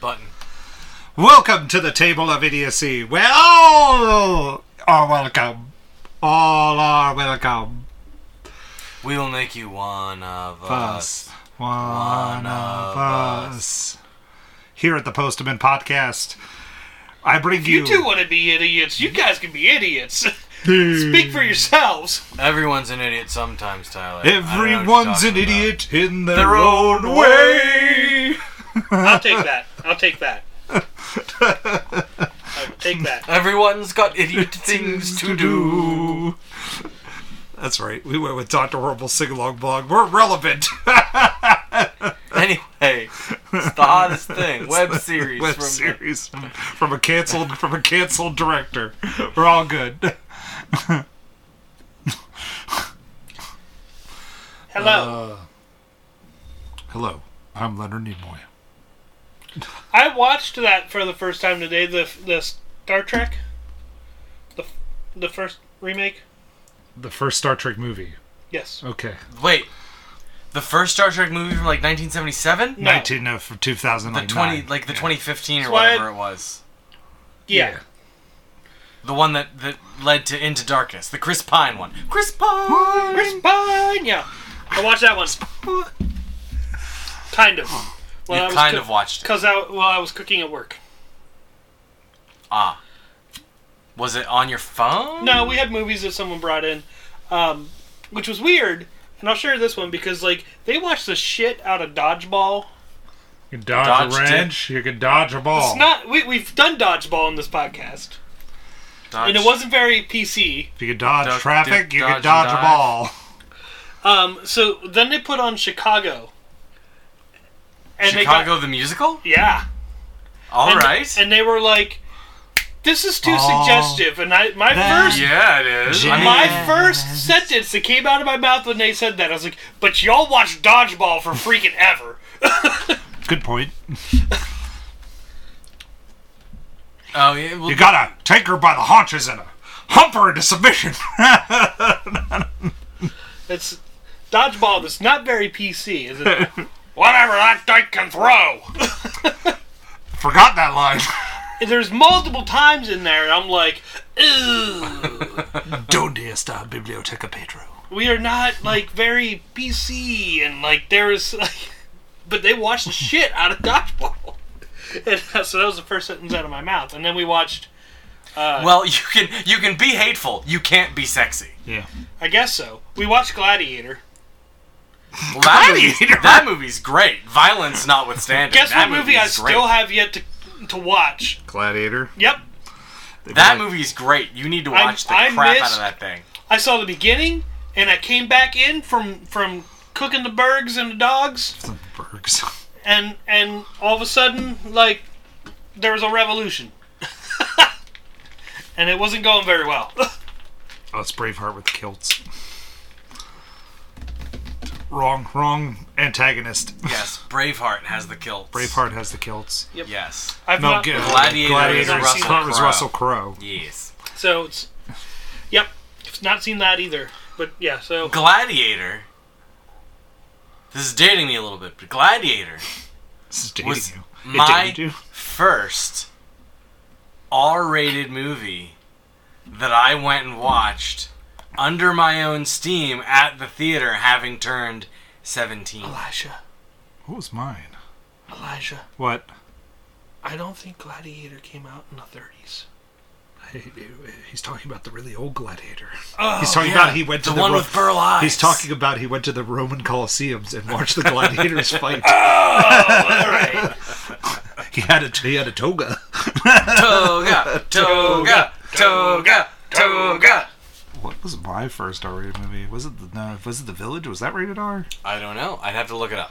button. Welcome to the table of idiocy, where all are welcome. All are welcome. We will make you one of us. Us, one, of us. Here at the Postman Podcast, I bring you. You two want to be idiots. You guys can be idiots. Speak for yourselves. Everyone's an idiot sometimes, Tyler. I don't know what you're Everyone's an talking about. idiot in their, own way. I'll take that. I'll take that. I will take that. Everyone's got idiot things to do. That's right. We went with Dr. Horrible Sing Along Blog. We're relevant. Anyway, it's the hottest thing. Web series. Web from series from, from a canceled from a canceled director. We're all good. Uh. Uh, Hello. Hello, I'm Leonard Nimoy. I watched that for the first time today. The the Star Trek, the the first remake. The first Star Trek movie. Yes. Okay. Wait, the first Star Trek movie from like 1977? No. 19 uh, from 2009. The 20, like the 2015 or why I- whatever it was. Yeah. The one that, that led to Into Darkness. The Chris Pine one. Chris Pine! Chris Pine. Yeah. I watched that one. Kind of. Well, You kind of watched it. Cause I well I was cooking at work. Ah. Was it on your phone? No, we had movies that someone brought in, um, which was weird. And I'll share this one because like they watched the shit out of dodgeball. You can dodge, Dodged a wrench. You can dodge a ball. Oh. It's not we we've done dodgeball in this podcast, Dodge- and it wasn't very PC. if you can dodge Duck, traffic, dip, you dodge, can and dodge a dive. ball. Um, so then they put on Chicago. And Chicago the musical? They got, yeah. All And, right. And they were like, "This is too Oh. suggestive." And I my That- first. yeah, it is. I mean, My first sentence that came out of my mouth when they said that, I was like, "But y'all watch dodgeball for freaking ever." Good point. oh, yeah, well, You gotta take her by the haunches and hump her into submission. It's dodgeball that's not very PC, is it? Whatever that dyke can throw. Forgot that line. There's multiple times in there, and I'm like, ooh, Don't dare stop Biblioteca Pedro. we are not like very PC, and like there is like, but they watched the shit out of dodgeball, and uh, so that was the first sentence out of my mouth, and then we watched. well, you can you can be hateful. You can't be sexy. Yeah. I guess so. We watched Gladiator. Well, that, movie's, Gladiator. that movie's great. Violence notwithstanding. Guess that what movie I movie's great. still have yet to to watch? Gladiator. Yep, That movie's great. You need to I- watch the I crap out missed- of that thing. I saw the beginning, and I came back in from from cooking the burgers and the dogs. Bergs. and and all of a sudden like there was a revolution and it wasn't going very well Oh, it's Braveheart with kilts. Wrong, wrong antagonist. Yes, Braveheart has the kilt. Braveheart has the kilts. Yes. i've No, not good. Gladiator is Russell was Crowe. Russell Crowe. Yes. so it's yep it's not seen that either but yeah so Gladiator. This is dating me a little bit, but Gladiator This is dating was you. It my dated you. first R-rated movie that I went and watched under my own steam at the theater, having turned 17. elijah What was mine? elijah What? i don't think gladiator came out in the 30s He's talking about the really old Gladiator. oh He's talking Yeah, about he went to the, the, one Ro- with burl eyes. He's talking about he went to the Roman Colosseums and watched the gladiators fight. all right He had a he had a toga. toga, toga, toga, toga. What was my first R-rated movie? Was it the no, was it the Village? Was that rated R? I don't know. I'd have to look it up.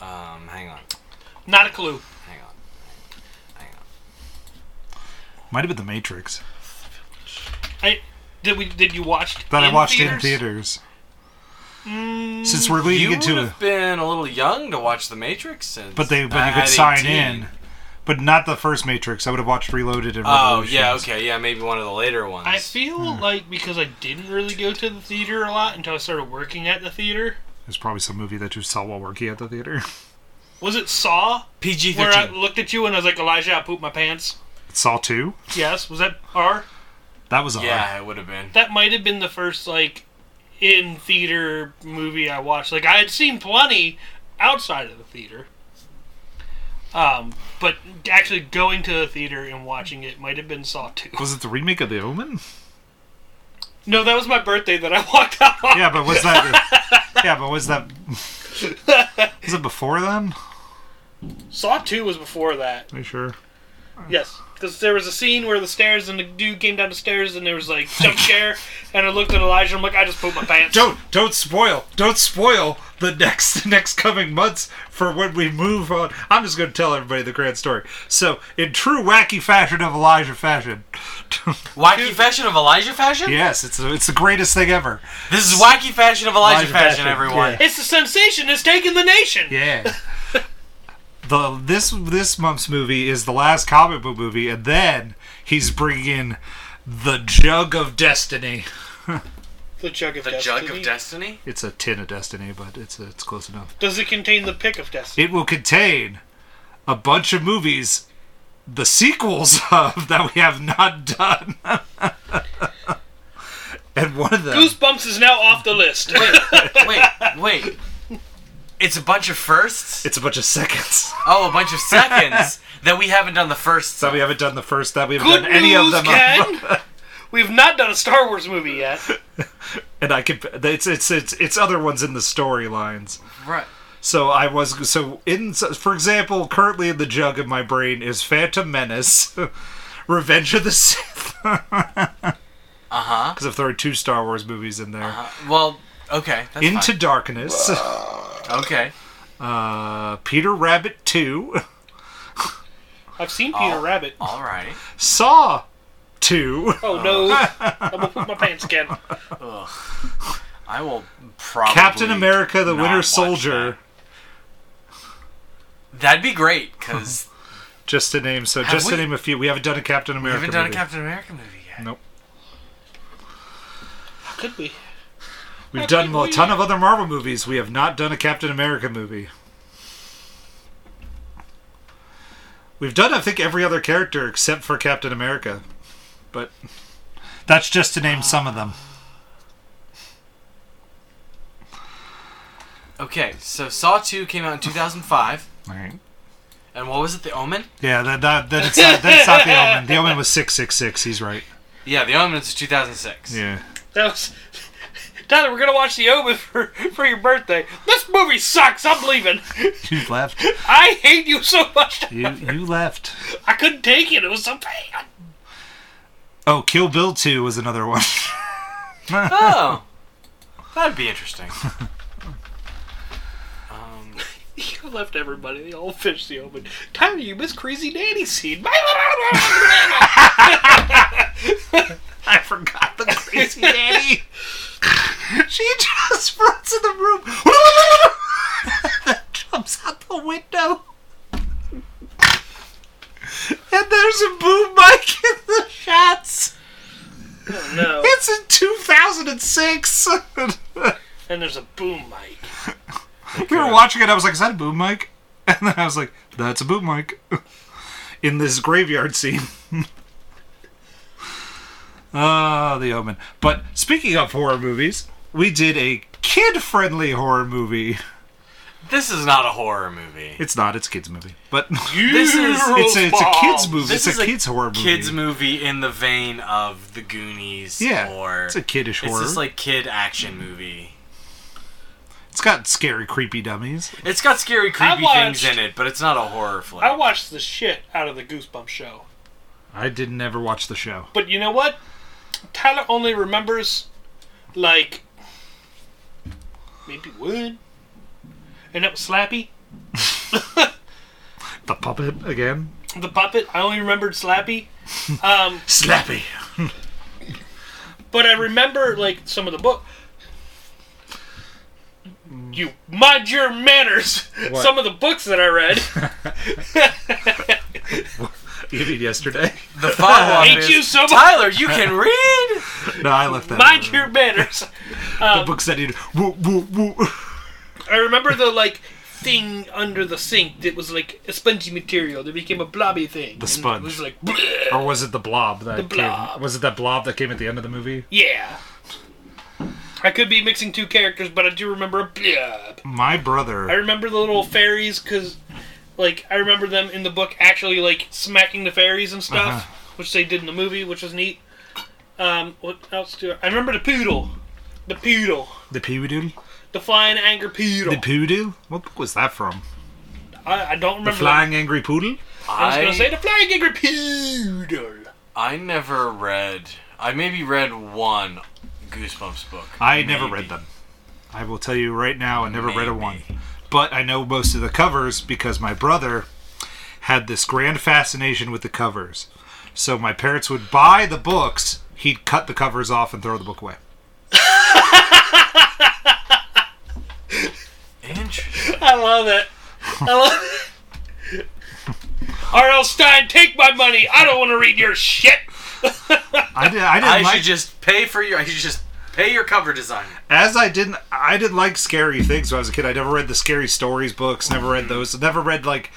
Um, hang on, not a clue hang on, hang on. Might have been The Matrix. i did we did you watch that I watched in theaters? theaters. Mm, Since we're leading You would into, have been a little young to watch The Matrix, and but they but you could sign in, but not the first Matrix. I would have watched Reloaded and Oh Revolution. yeah, okay, yeah, maybe one of the later ones. I feel like because I didn't really go to the theater a lot until I started working at the theater, There's probably some movie that you saw while working at the theater. Was it Saw? PG Where I thirteen. looked at you and I was like, Elijah, I pooped my pants. Saw two. Yes. Was that R? That was a Yeah, it would have been. That might have been the first, like, in theater movie I watched. Like, I had seen plenty outside of the theater. Um, but actually going to the theater and watching it might have been Saw 2. Was it the remake of The Omen? No, that was my birthday that I walked out on. Yeah, but was that? yeah, but was that? was it before then? Saw 2 was before that. Are you sure? Yes, because there was a scene where the stairs and the dude came down the stairs and there was like jump scare, and I looked at Elijah. I'm like, I just pooped my pants. Don't don't spoil don't spoil the next next coming months for when we move on. I'm just going to tell everybody the grand story. So, in true wacky fashion of Elijah fashion, Wacky fashion of Elijah fashion? yes, it's it's the greatest thing ever. This is wacky fashion of Elijah, Elijah fashion, fashion, everyone. It's the sensation that's taking the nation. Yeah. the this this month's movie is the last comic book movie, and then he's bringing in the jug of destiny. The jug of The destiny. jug of destiny? It's a tin of destiny, but it's it's close enough. Does it contain the pick of destiny? It will contain a bunch of movies, the sequels of that we have not done. and one of them, Goosebumps is now off the list. Wait, wait. It's a bunch of firsts? it's a bunch of seconds Oh, a bunch of seconds that we haven't done the first. that we haven't done the first, that we haven't Good done any news, of them. Ken. We've not done a Star Wars movie yet. And I could, it's it's it's it's other ones in the storylines. Right. So I was so in so, for example, currently in the jug of my brain is Phantom Menace, Revenge of the Sith. uh Uh-huh. huh. Because I've thrown two Star Wars movies in there. uh, Well, okay. That's Into Darkness, fine. Okay. uh, Peter Rabbit Two, I've seen Peter Rabbit. All right. Saw Two, Oh no! I'm gonna poop my pants, Ken. I will probably. Captain America: The not Winter watch Soldier, that. That'd be great, because just to name so just to we- name a few. We haven't done a Captain we America. haven't done a movie. Captain America movie yet. Nope. Could be. We've done a ton of other Marvel movies. We have not done a Captain America movie. We've done, I think, every other character except for Captain America. But that's just to name some of them. Okay, so Saw 2 came out in 2005. All right. And what was it, The Omen? Yeah, that, that, that it's not, that's not the Omen. The Omen was 666. He's right. Yeah, The Omen is 2006. Yeah. That was. Tyler, we're gonna watch The Omen for, for your birthday. This movie sucks. I'm leaving. You left. I hate you so much. You, you left. I couldn't take it. It was so bad. Oh, Kill Bill 2 was another one. Oh. That'd be interesting. um, You left everybody. They all finished The Omen. Tyler, you missed Crazy Nanny scene. I forgot the crazy nanny. she just runs in the room. jumps out the window. And there's a boom mic in the shots. no. It's in 2006. we And there's a boom mic. were watching it. I was like, "Is that a boom mic?" And then I was like, "That's a boom mic." in this graveyard scene. Ah, The Omen. But speaking of horror movies, we did a kid-friendly horror movie. this is not a horror movie. It's not; it's a kids movie. But This is it's a, it's a kids movie. This it's is a kids horror movie. Kids movie in the vein of The Goonies. Yeah, Or it's a kiddish It's horror. just like kid action movie. it's got scary, creepy dummies. It's got scary, creepy watched- things in it, but it's not a horror flick. I watched the shit out of the Goosebumps show. I didn't ever watch the show. But you know what? Tyler only remembers like maybe one, and that was Slappy, The puppet again. the puppet. I only remembered Slappy. Um, Slappy. but I remember like some of the book. You mind your manners. What? Some of the books that I read. You mean yesterday? the follow up Hate is you so much. Tyler, you can read. No, I left that. Mind out. your manners. the books that you. Woo, woo, woo. I remember the like thing under the sink that was like a spongy material that became a blobby thing. The sponge. It was like, bleh. Or was it the blob that The blob. came? Was it that blob that came at the end of the movie? yeah. I could be mixing two characters, but I do remember a blob. My I brother. remember the little fairies because, like, I remember them in the book actually like smacking the fairies and stuff, Uh-huh. which they did in the movie, which was neat. Um, what else do I, I remember? The poodle, the poodle, The Poodle? the flying anger poodle. The Poodle? What book was that from? I, I don't remember. The Flying Angry Poodle? I was gonna say I, the flying anger poodle. I never read. I maybe read one Goosebumps book. I never Maybe. read them. I will tell you right now, I never read a one. Maybe. But I know most of the covers because my brother had this grand fascination with the covers. So my parents would buy the books, he'd cut the covers off and throw the book away. Interesting. I love it. I love it. R.L. Stein, take my money. I don't want to read your shit. I, did, I didn't I like should just pay for your. I should just pay your cover design. as I didn't I didn't like scary things when I was a kid. I never read the scary stories books, never read those, never read like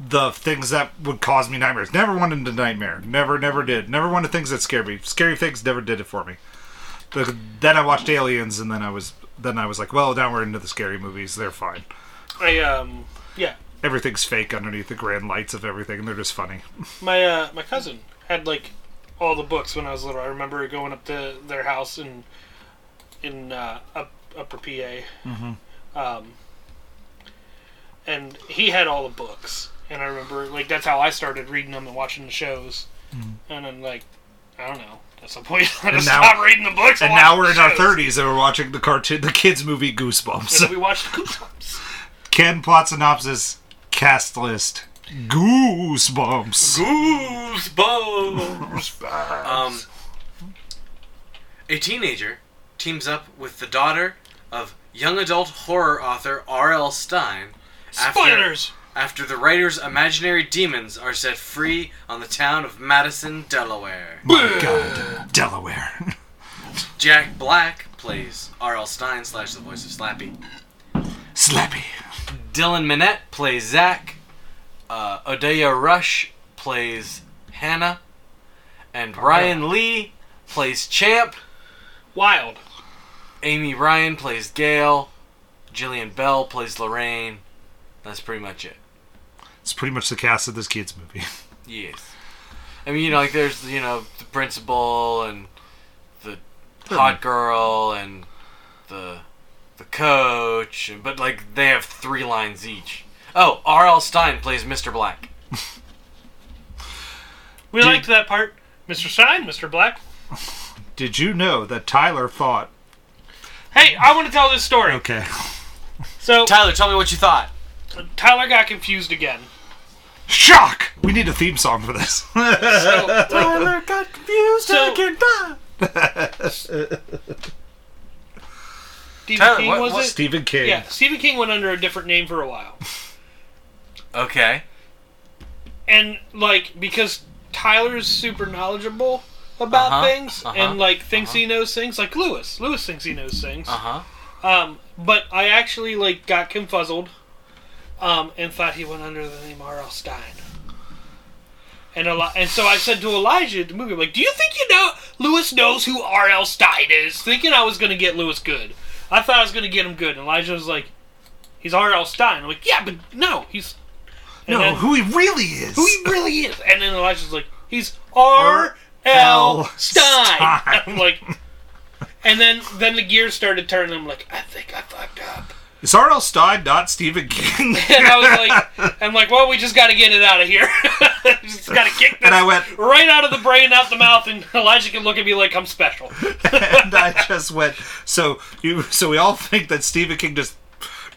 the things that would cause me nightmares. Never went into nightmare. Never, never did. Never went to things that scared me. Scary things never did it for me. The, then I watched Aliens, and then I was then I was like, well, now we're into the scary movies. They're fine. I um yeah. Everything's fake underneath the grand lights of everything, and they're just funny. My uh, my cousin had like all the books when I was little. I remember going up to their house in in uh, up, upper PA, mm-hmm. um, and he had all the books. And I remember like that's how I started reading them and watching the shows. And then like I don't know at some point I just Mm-hmm. now- stopped reading the books. And now we're in our third. thirties, and we're watching the cartoon, the kids movie Goosebumps. we watched Goosebumps. Ken plot synopsis, cast list, Goosebumps. Goosebumps. um, a teenager teams up with the daughter of young adult horror author R.L. Stein. after- Spoilers. After the writer's imaginary demons are set free on the town of Madison, Delaware. My God, Delaware. Jack Black plays R.L. Stein slash the voice of Slappy. Slappy. Dylan Minette plays Zach. Uh, Odeya Rush plays Hannah. And Ryan Lee plays Champ. Wild. Amy Ryan plays Gail. Jillian Bell plays Lorraine. That's pretty much it. It's pretty much the cast of this kid's movie. Yes. I mean, you know, like there's, you know, the principal and the hot girl and the the coach, and, but like they have three lines each. Oh, R.L. Stein plays Mr. Black. We liked that part. Mr. Shine, Mr. Black. Did you know that Tyler thought? Hey, I want to tell this story. Okay. So Tyler, tell me what you thought. Tyler got confused again. Shock. We need a theme song for this. So, Tyler got confused So- again. Stephen Tyler, King what- was what- it? Stephen King. yeah, Stephen King went under a different name for a while, Okay. and like because Tyler's super knowledgeable about Uh-huh, things uh-huh, and like thinks he knows things, like Lewis. Lewis thinks he knows things. Uh huh. Um, but I actually like got confuzzled, um, and thought he went under the name R.L. Stein. And Eli- and so I said to Elijah at the movie, I'm like, "Do you think you know Lewis knows who R.L. Stein is?" Thinking I was gonna get Lewis good, I thought I was gonna get him good. And Elijah was like, "He's R.L. Stein." I'm like, "Yeah, but no, he's and No, then- who he really is. who he really is." And then Elijah's like, "He's R.L. Stein." Stein. I'm like, and then then the gears started turning. I'm like, "I think I fucked up." Is R.L. Stein not Stephen King? and I was like, I'm like, well, we just got to get it out of here. just got to kick this and I went, right out of the brain, out the mouth, and Elijah can look at me like I'm special. and I just went. So you, so we all think that Stephen King just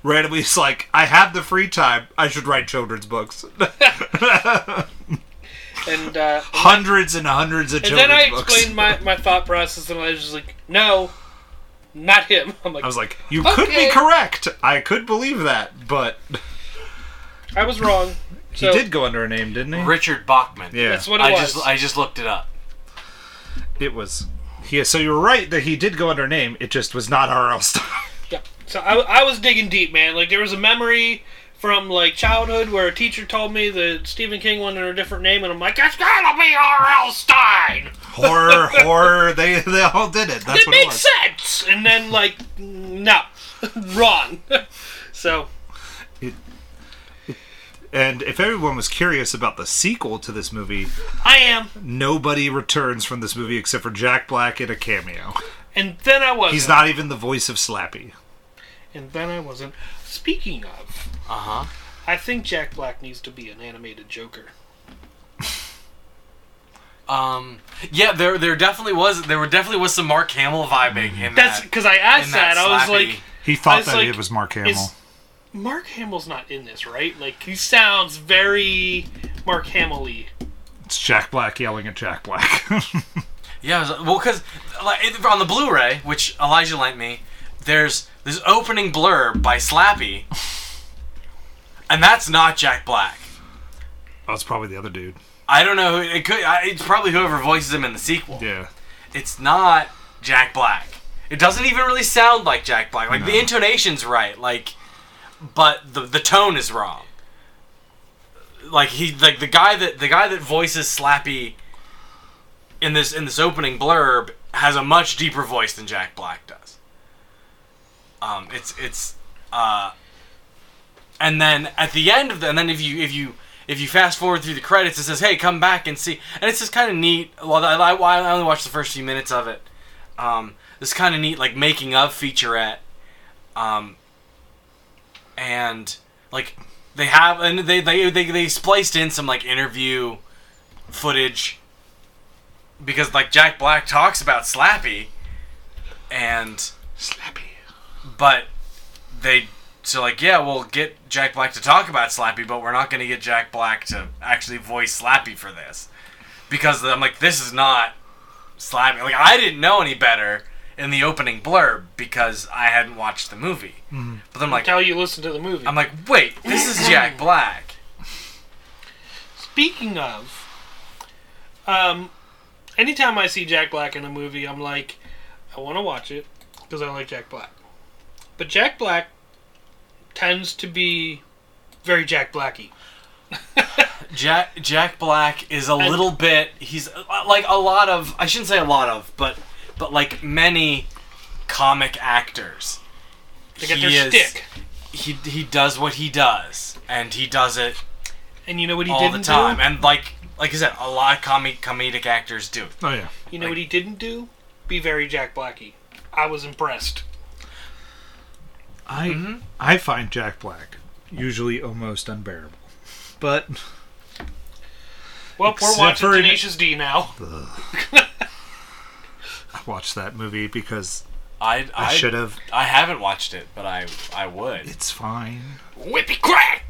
randomly is like, I have the free time. I should write children's books. And, uh, hundreds and hundreds of and children's then I books. explained my, my thought process, and Elijah's like, no, not him. I'm like, I was like, you could be Okay. correct. I could believe that, but I was wrong. he So did go under a name, didn't he? Richard Bachman. yeah, That's what it I was. just I just looked it up. it was. Yeah, so you're right that he did go under a name. It just was not R.L. Stein. Yeah. So I, I was digging deep, man. Like there was a memory from like childhood where a teacher told me that Stephen King went under a different name, and I'm like, it's gotta be R.L. Stein. horror, horror. They they all did it. That's what it it makes was. sense. And then like, no, wrong. so And if everyone was curious about the sequel to this movie, I am, nobody returns from this movie except for Jack Black in a cameo. and then I wasn't. He's not even the voice of Slappy. And then I wasn't. Speaking of, Uh huh. I think Jack Black needs to be an animated Joker. Um, yeah, there there definitely was there were definitely was some Mark Hamill vibing in That's that. because I asked in that. that I was slappy- like, He I thought was that like, it was Mark Hamill. is Mark Hamill's not in this, right? Like he sounds very Mark Hamill-y. It's Jack Black yelling at Jack Black. Yeah, it was- well, because like, it- on the Blu-ray, which Elijah lent me, there's this opening blurb by Slappy, and that's not Jack Black. That's probably the other dude. I don't know. who It could. I, it's probably whoever voices him in the sequel. Yeah. It's not Jack Black. It doesn't even really sound like Jack Black. Like the intonation's right. Like, but the the tone is wrong. Like he like the guy that the guy that voices Slappy in this in this opening blurb has a much deeper voice than Jack Black does. Um, it's it's uh, and then at the end of the and then if you if you if you fast forward through the credits, it says, "Hey, come back and see." And it's just kind of neat. Well, I, I I only watched the first few minutes of it. Um, this kind of neat, like making of featurette. Um, and like they have and they they they they spliced in some like interview footage because like Jack Black talks about Slappy, and Slappy. but they so like yeah we'll get jack black to talk about slappy but we're not going to get jack black to actually voice slappy for this because i'm like this is not slappy like i didn't know any better in the opening blurb because i hadn't watched the movie but then i'm like Tell you listen to the movie. i'm like wait this is jack black Speaking of, um, anytime I see Jack Black in a movie, I'm like, I want to watch it because I like Jack Black. But Jack Black tends to be very Jack Blacky. Jack Jack Black is a little bit he's uh, like a lot of I shouldn't say a lot of but but like many comic actors They get He their is- stick, he he does what he does and he does it and you know what he all didn't the time do. and like like I said a lot of comic comedic actors do. Oh yeah. You know what he didn't do? Be very Jack Blacky. I was impressed. I Mm-hmm. I find Jack Black usually almost unbearable. But Well, Except we're watching for in- Tenacious D now. I watched that movie because I I, I should have. I haven't watched it but I I would. It's fine. Whippy crack.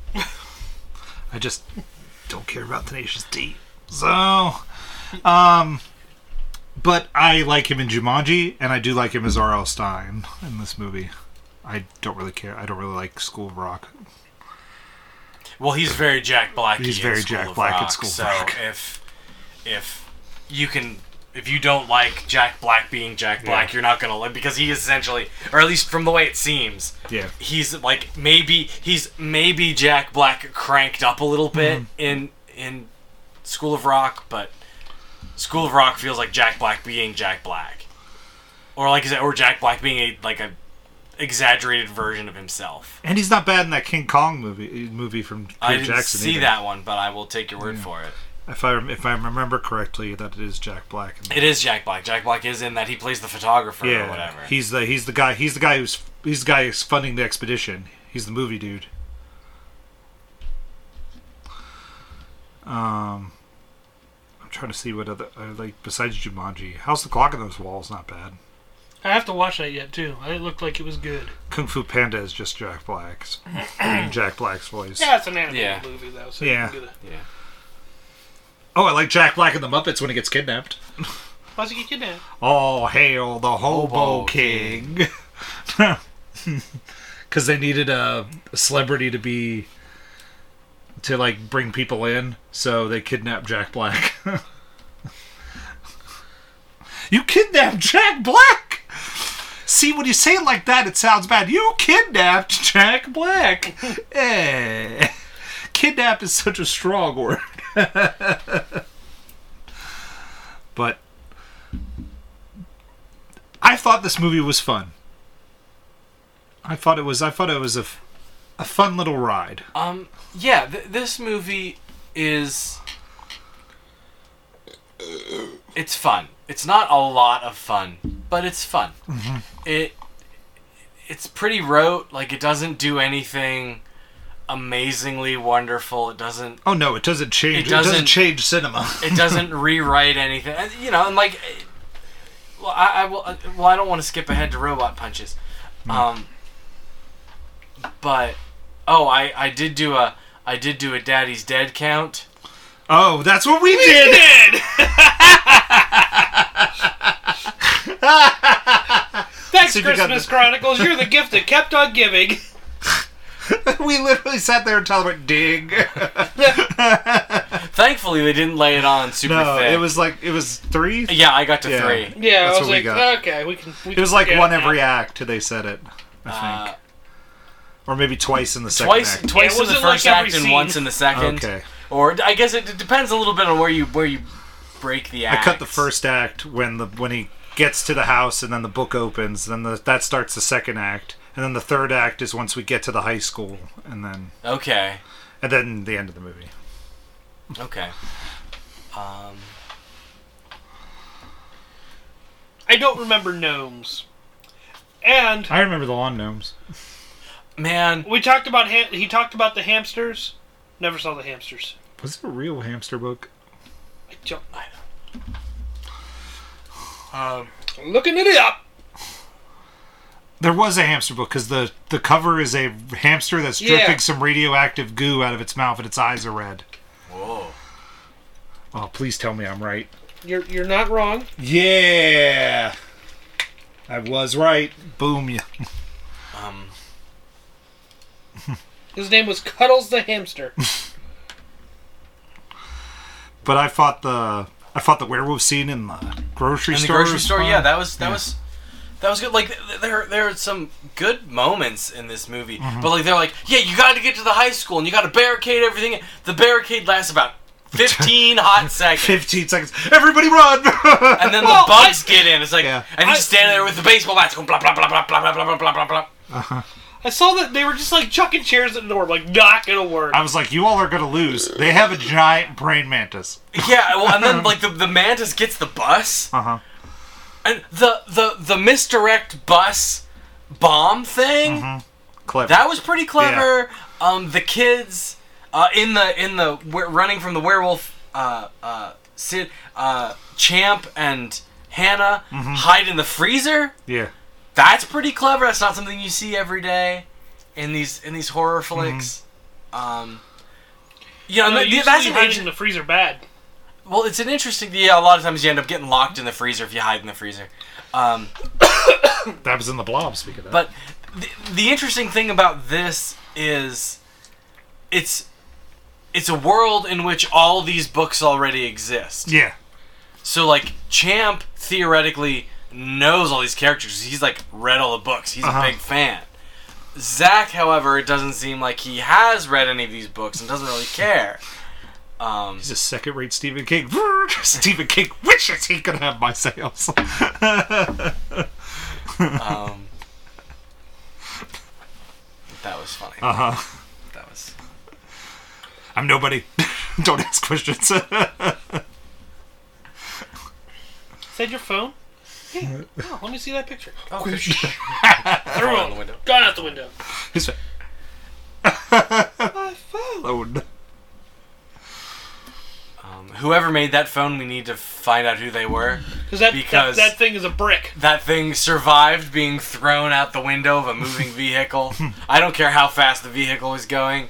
I just don't care about Tenacious D. So, um, but I like him in Jumanji, and I do like him as R.L. Stein in this movie. I don't really care. I don't really like School of Rock. Well, he's very Jack Black. He's very Jack Black in School of So Rock. if if you can if you don't like Jack Black being Jack Black, Yeah. you're not gonna like because he is essentially, or at least from the way it seems, Yeah. he's like maybe he's maybe Jack Black cranked up a little bit Mm-hmm. in in School of Rock, but School of Rock feels like Jack Black being Jack Black, or like is it, or Jack Black being a like a exaggerated version of himself. And he's not bad in that King Kong movie movie from Peter I didn't Jackson. see either. that one, but I will take your word for it. If I if I remember correctly, that it is Jack Black. In that. It is Jack Black. Jack Black is in that he plays the photographer yeah, or whatever. he's the he's the guy he's the guy who's he's the guy who's funding the expedition. He's the movie dude. Um, I'm trying to see what other I like besides Jumanji. How's the clock on those walls? Not bad. I have to watch that yet too. It looked like it was good. Kung Fu Panda is just Jack Black's in Jack Black's voice. Yeah, it's an animated Yeah. movie though. So Yeah. yeah. You can get a- yeah. Oh, I like Jack Black in the Muppets when he gets kidnapped. Why's he get kidnapped? All hail the Hobo, Hobo King. Because they needed a, a celebrity to be to like bring people in, so they kidnapped Jack Black. you kidnapped Jack Black. See, when you say it like that, it sounds bad. You kidnapped Jack Black. eh. Kidnap is such a strong word. but I thought this movie was fun. I thought it was. I thought it was a, f- a fun little ride. Um, yeah, th- this movie is. It's fun. It's not a lot of fun, but it's fun. Mm-hmm. It it's pretty rote. Like it doesn't do anything amazingly wonderful. It doesn't Oh no, it doesn't change. It It doesn't, doesn't- change cinema. it doesn't rewrite anything. And, You know, and like, eh, well, I, I will. uh, Well, I don't want to skip ahead to robot punches. Hmm. Um, but oh, I I did do a I did do a daddy's dead count. oh, that's what we did. Thanks, See if you got Christmas the- Chronicles. You're the gift that kept on giving. we literally sat there and talked about dig. Thankfully, they didn't lay it on super no, thick. it was like it was three. yeah, I got to Yeah. three. Yeah, That's I was what we like, got. okay, we can. We It was like can one every act. They said it, I Uh, think, or maybe twice in the second twice, act. twice in wasn't the like first every act scene. and once in the second. Okay, Or I guess it d- depends a little bit on where you where you break the I act. cut the first act when the when he gets to the house and then the book opens. Then the, that starts the second act, and then the third act is once we get to the high school, and then Okay. and then the end of the movie. Okay. Um. I don't remember gnomes. And I remember the lawn gnomes. Man, we talked about ha- he talked about the hamsters. Never saw the hamsters. Was it a real hamster book? I don't. I don't. Um, looking it up. There was a hamster book because the the cover is a hamster that's Yeah. dripping some radioactive goo out of its mouth and its eyes are red. whoa. Oh, please tell me I'm right. You're you're not wrong. Yeah, I was right. Boom! Yeah. Um. His name was Cuddles the hamster. But I fought the I fought the werewolf scene in the grocery In the store. grocery was store, fun. yeah, that was that was that was good. Like th- there there are some good moments in this movie, but like they're like, yeah, you got to get to the high school and you got to barricade everything. The barricade lasts about fifteen hot seconds. Fifteen seconds. Everybody run! And then Well, the bugs get in. It's like, Yeah. and he's standing there with the baseball bats going blah blah blah blah blah blah blah blah blah blah blah. I saw that they were just like chucking chairs at Norm, like not gonna work. I was like, "You all are gonna lose." They have a giant brain mantis. Yeah, well, and then like the, the mantis gets the bus, Uh huh. and the the the misdirect bus bomb thing. Clever. That was pretty clever. Um, the kids uh, in the in the we running from the werewolf, uh, uh, Sid, uh, Champ and Hannah hide in the freezer. yeah. That's pretty clever. That's not something you see every day in these in these horror flicks. Um, you know, No, and usually th- that's an hiding in int- the freezer bad. well, it's an interesting. Yeah, a lot of times you end up getting locked in the freezer if you hide in the freezer. Um, That was in the blob. Speaking of that. But the, the interesting thing about this is it's it's a world in which all these books already exist. yeah. So like Champ theoretically knows all these characters. He's like read all the books. He's Uh-huh. a big fan. Zach, however, it doesn't seem like he has read any of these books and doesn't really care. Um, He's a second-rate Stephen King. Stephen King wishes he could have my sales. Uh-huh. um, that was funny. Uh huh. That was. I'm nobody. Don't ask questions. Is that your phone? Hey, oh, let me see that picture. Oh, throw Throw it it out the window. Gone out the window. He's like, My phone. oh, no. Um, whoever made that phone, we need to find out who they were. Because that, Because- that that thing is a brick. That thing survived being thrown out the window of a moving vehicle. I don't care how fast the vehicle was going.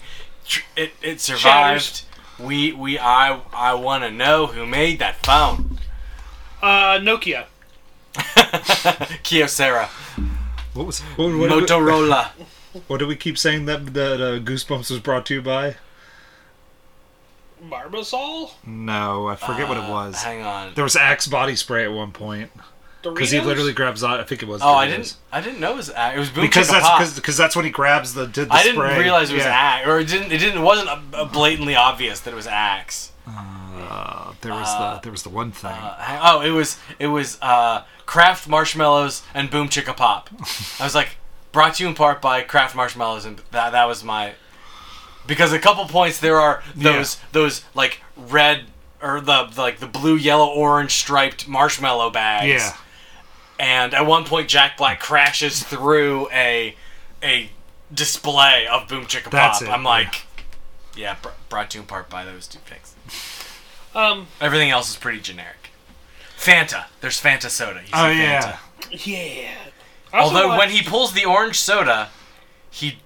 tr- It, it survived. We we I I want to know who made that phone. Uh, Nokia. Kyocera, What was what, what, Motorola. What do we keep saying that that uh, Goosebumps was brought to you by? Barbasol. No, I forget what it was. Uh, Hang on. There was Axe body spray at one point. Doritos. because he literally grabs. I think it was. Oh, I Doritos. didn't. I didn't know it was act. It was boom Because Chicka that's Pop. because because that's when he grabs the did the I didn't spray. realize it was yeah. axe, or it didn't. It didn't. It wasn't uh, blatantly obvious that it was axe. Uh, there was the there was the one thing. Uh, hang- oh, it was it was uh, Kraft marshmallows and Boom Chicka Pop. I was like, brought to you in part by Kraft marshmallows, and that that was my because a couple points there are those those like red or the, the like the blue, yellow, orange striped marshmallow bags. yeah, And at one point, Jack Black crashes through a a display of Boom Chicka That's Pop. it, I'm like, yeah, br- brought to you in part by those two picks. Um, Everything else is pretty generic. Fanta. There's Fanta soda. You see oh yeah. Fanta. yeah. Although when he pulls the orange soda, he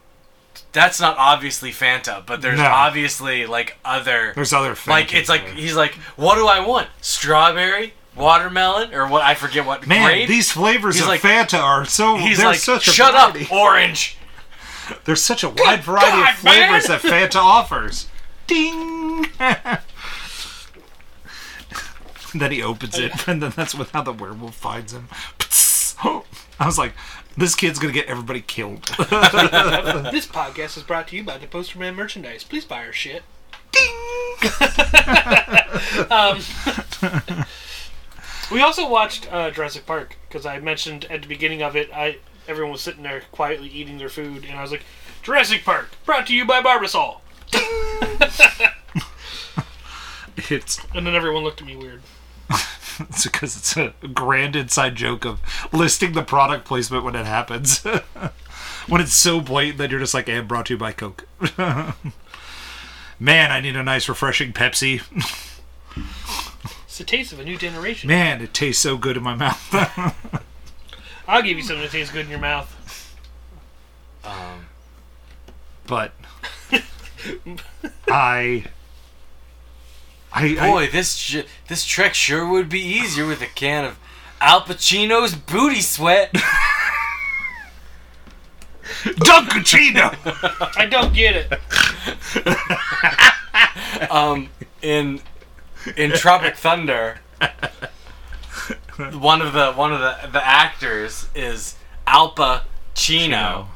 that's not obviously Fanta, but there's No. obviously like other There's other things. like it's like he's like, what do I want? Strawberry, watermelon, or what? I forget what. man, grape? these flavors He's of like- Fanta are so. He's there's like, such a shut up, variety. orange. There's such a wide variety God, of flavors man! that Fanta offers. Ding. then he opens it, and then that's when- how the werewolf finds him. I was like, this kid's gonna get everybody killed. this podcast is brought to you by the Posterman merchandise. Please buy our shit. Ding. We also watched uh, Jurassic Park because I mentioned at the beginning of it, I everyone was sitting there quietly eating their food, and I was like, Jurassic Park, brought to you by Barbasol. It's And then everyone looked at me weird. it's because it's a grand inside joke of listing the product placement when it happens. when it's so blatant that you're just like, and brought to you by Coke. Man, I need a nice refreshing Pepsi. It's the taste of a new generation. Man, it tastes so good in my mouth. I'll give you something that tastes good in your mouth. but I, I, I Boy, this sh- this trek sure would be easier with a can of Al Pacino's booty sweat. Dunkachino. I don't get it. um, in in Tropic Thunder, one of the one of the, the actors is Alpa Chino,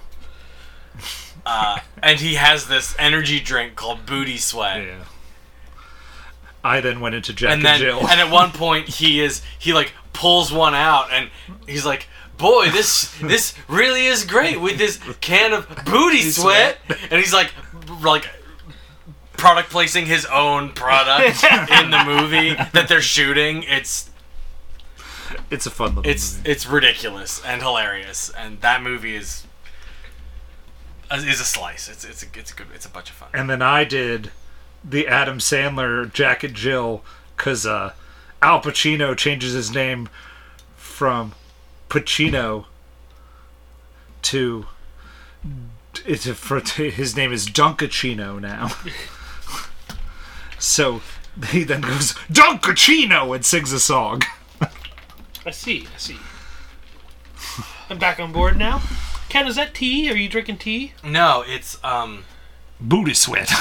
uh, and he has this energy drink called Booty Sweat. yeah. I then went into Jack And then and Jill. and at one point he is he like pulls one out and he's like. Boy, this this really is great with this can of booty sweat, and he's like, like product placing his own product in the movie that they're shooting. It's it's a fun little. it's it's ridiculous and hilarious, and that movie is is a slice. It's it's a, it's a good it's a bunch of fun. and then I did the Adam Sandler Jack and Jill because uh, Al Pacino changes his name from Pacino to it's a, for, his name is Dunkachino now. so he then goes Dunkachino and sings a song. I see. I see. I'm back on board now. Ken, is that tea? Are you drinking tea? No, it's um Booty sweat.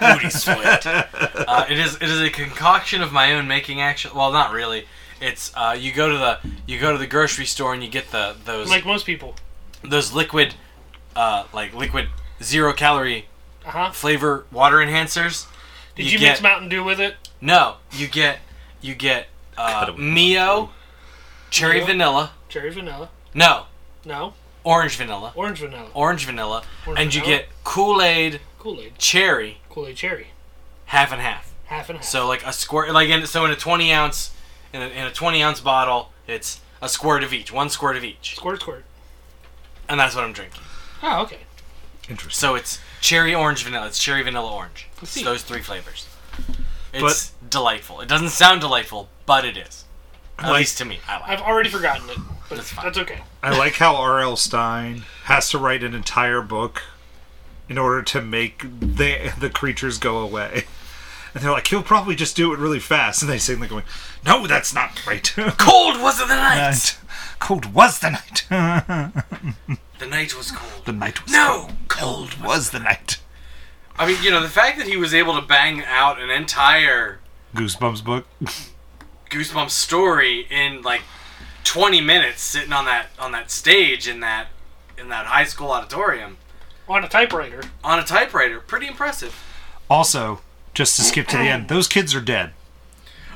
booty sweat. Uh, it is it is a concoction of my own making. Actually, well, not really. It's uh, you go to the you go to the grocery store and you get the those Like most people. those liquid uh, like liquid zero calorie Uh huh. flavor water enhancers. Did You you, mix get- Mountain Dew with it? No, you get you get uh, away. Mio, cherry Mio? vanilla. Cherry vanilla. No, No. orange vanilla, Orange vanilla. orange vanilla, Orange and you vanilla? get Kool Aid Kool Aid. cherry Kool Aid cherry. half and half. Half and half. So like a squirt, like in so in a twenty ounce in a, in a twenty ounce bottle, it's a squirt of each, one squirt of each, squirt, squirt. and that's what I'm drinking. Oh, okay. Interesting. So it's cherry orange vanilla. It's cherry vanilla orange. It's see. those three flavors. It's delightful. It doesn't sound delightful, but it is. At Like- least to me, I like. it. I've already forgotten it, but That's that's, fine. okay. I like how R.L. Stein has to write an entire book in order to make the the creatures go away. And they're like, he'll probably just do it really fast. And they sing like, going, "No, that's not right." Cold was the night. And cold was the night. The night was cold. the night was no. cold. Cold was the night. I mean, you know, the fact that he was able to bang out an entire Goosebumps book. Goosebumps story in like 20 minutes sitting on that on that stage in that in that high school auditorium on a typewriter. on a typewriter. Pretty impressive. Also, just to skip to the end, those kids are dead.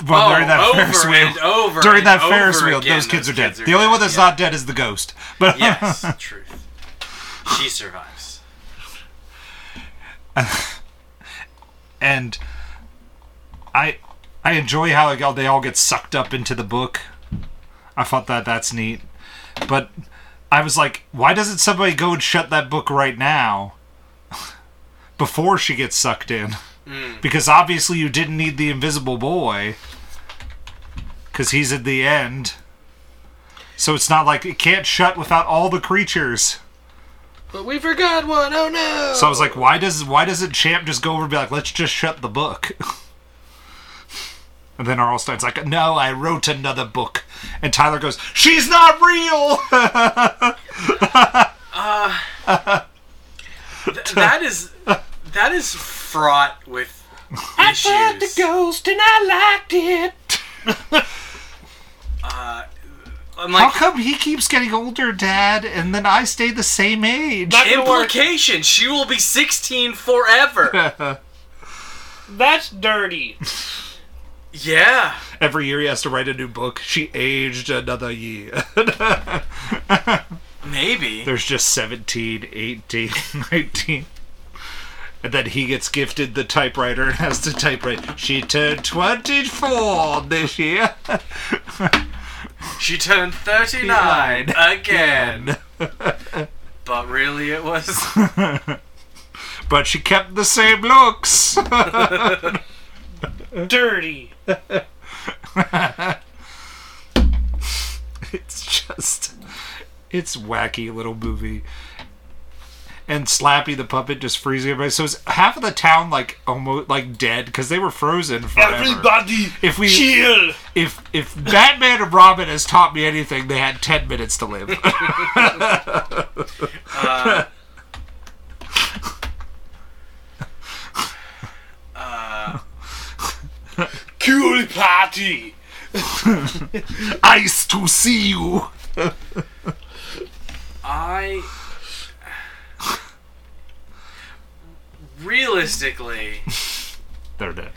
Well, Oh, during that over Ferris wheel, and over during and that over Ferris wheel, again, those kids those are dead. kids are the only dead, one that's yeah. not dead is the ghost. But Yes, truth. She survives. and I I enjoy how they all, they all get sucked up into the book. I thought that that's neat, but I was like, why doesn't somebody go and shut that book right now before she gets sucked in? Because obviously you didn't need the invisible boy because he's at the end. So it's not like it can't shut without all the creatures. But we forgot one. Oh no. So I was like, why does why doesn't Champ just go over and be like, let's just shut the book? and then Arlstein's like, no, I wrote another book. And Tyler goes, she's not real. Th- that is that is fraught with I found the issues. ghost and I liked it. I'm How like come he keeps getting older, Dad, and then I stay the same age? Not gonna work. implication. She will be 16 forever. That's dirty. yeah. Every year he has to write a new book. She aged another year. Maybe. There's just 17, 18, 19. And then he gets gifted the typewriter and has to typewrite. She turned 24 this year. She turned 39 again. but really, it was. but she kept the same looks. dirty. it's just, it's wacky little movie. And Slappy the puppet just freezing everybody. So is half of the town like almost like dead because they were frozen forever. Everybody If we chill. if if Batman and Robin has taught me anything, they had ten minutes to live. Cool party. Ice to see you. I realistically, They're dead.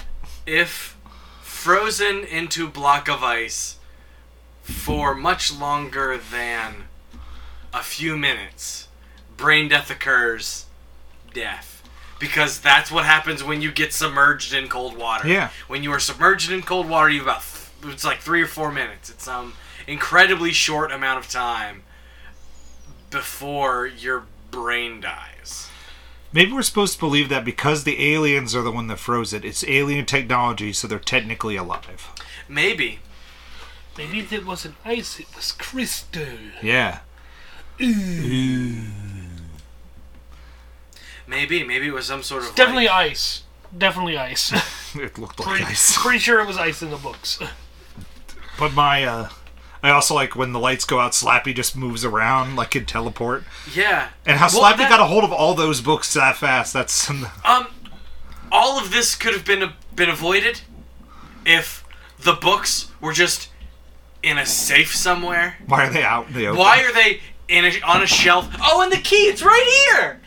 if frozen into block of ice for much longer than a few minutes, brain death occurs. Death. Because that's what happens when you get submerged in cold water. Yeah. When you are submerged in cold water, you have about th- it's like three or four minutes. It's some incredibly short amount of time before your brain dies. Maybe we're supposed to believe that because the aliens are the one that froze it, it's alien technology, so they're technically alive. Maybe. Maybe that wasn't ice, it was crystal. Yeah. Maybe. Maybe it was some sort of Definitely like- ice. Definitely ice. It looked like pretty, ice. pretty sure it was ice in the books. But my, uh, I also like when the lights go out, Slappy just moves around like in teleport. yeah. And how Well, Slappy that- got a hold of all those books that fast, that's. Um, all of this could have been been avoided if the books were just in a safe somewhere. why are they out in the open? Why are they in a, on a shelf? Oh, and the key, it's right here.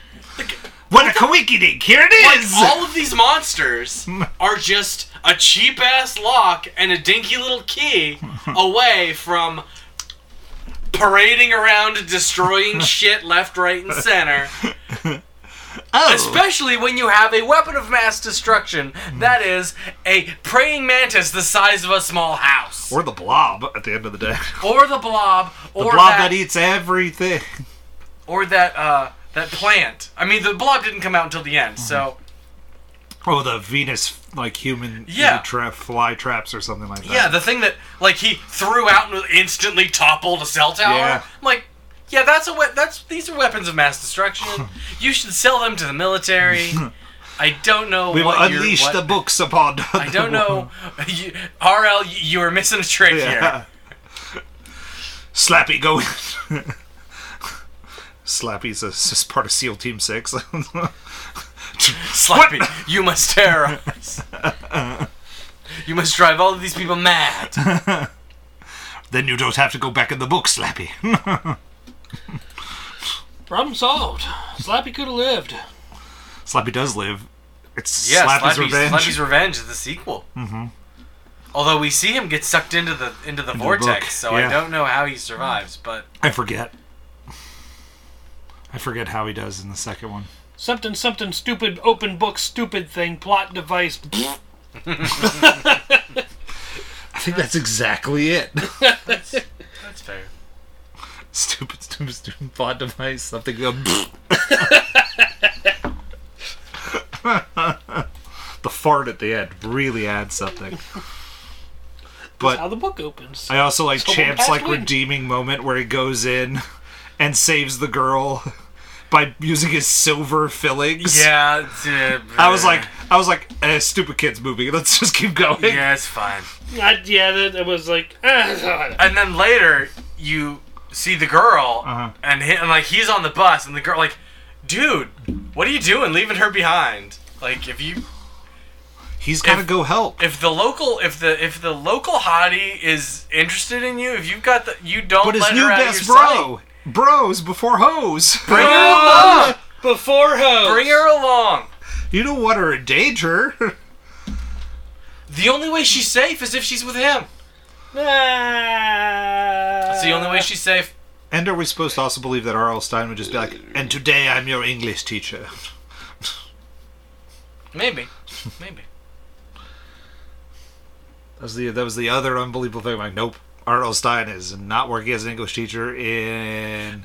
What a kawiki dink! Here it Like is! all of these monsters are just a cheap ass lock and a dinky little key away from parading around and destroying shit left, right, and center. oh, Especially when you have a weapon of mass destruction that is a praying mantis the size of a small house. Or, or the blob at the end of the day. the blob or the blob that, that eats everything. or that uh that plant. I mean the blob didn't come out until the end, so Oh, the Venus like human Yeah. tra- fly traps or something like that. yeah, the thing that like he threw out and instantly toppled a cell tower. Yeah. I'm like yeah, that's a we- that's these are weapons of mass destruction. you should sell them to the military. I don't know we will what you're- unleash what- the books upon. I don't know. You, RL, you, you are missing a trick here. Yeah. Slappy go. Slappy's a, is part of SEAL Team Six. Slappy, you must terrorize. you must drive all of these people mad. Then you don't have to go back in the book, Slappy. Problem solved. Slappy could have lived. Slappy does live. It's Yeah, Slappy's, Slappy's, revenge. Slappy's Revenge is the sequel. Mm-hmm. Although we see him get sucked into the into the vortex, book, so I yeah. don't know how he survives. But I forget. I forget how he does in the second one. Something, something stupid, open book, stupid thing, plot device. I think that's exactly it. that's fair. stupid, stupid, stupid plot device. Something. um, the fart at the end really adds something. But How the book opens. I also like So we'll Champ's pass like win. redeeming moment where he goes in and saves the girl by using his silver fillings. Yeah, it's, uh, I was like, I was like, eh, stupid kids movie. Let's just keep going. yeah, it's fine. I, yeah, that, that was like. ah, And then later you see the girl, Uh-huh. and, he, and like he's on the bus, and the girl like, dude, what are you doing, leaving her behind? Like if you He's gotta If- go help. if the local if the if the local hottie is interested in you, if you've got the you don't But his let new her out of best your sight. bro, bros before hoes. Bring her along. Before hoes. Bring her along. you don't want her in danger. The only way she's safe is if she's with him. Ah. That's That's the Uh, only way she's safe. and are we supposed to also believe that R.L. Stein would just be like, and today I'm your English teacher? Maybe. Maybe. That was the that was the other unbelievable thing. I'm like, nope, R.L. Stein is not working as an English teacher in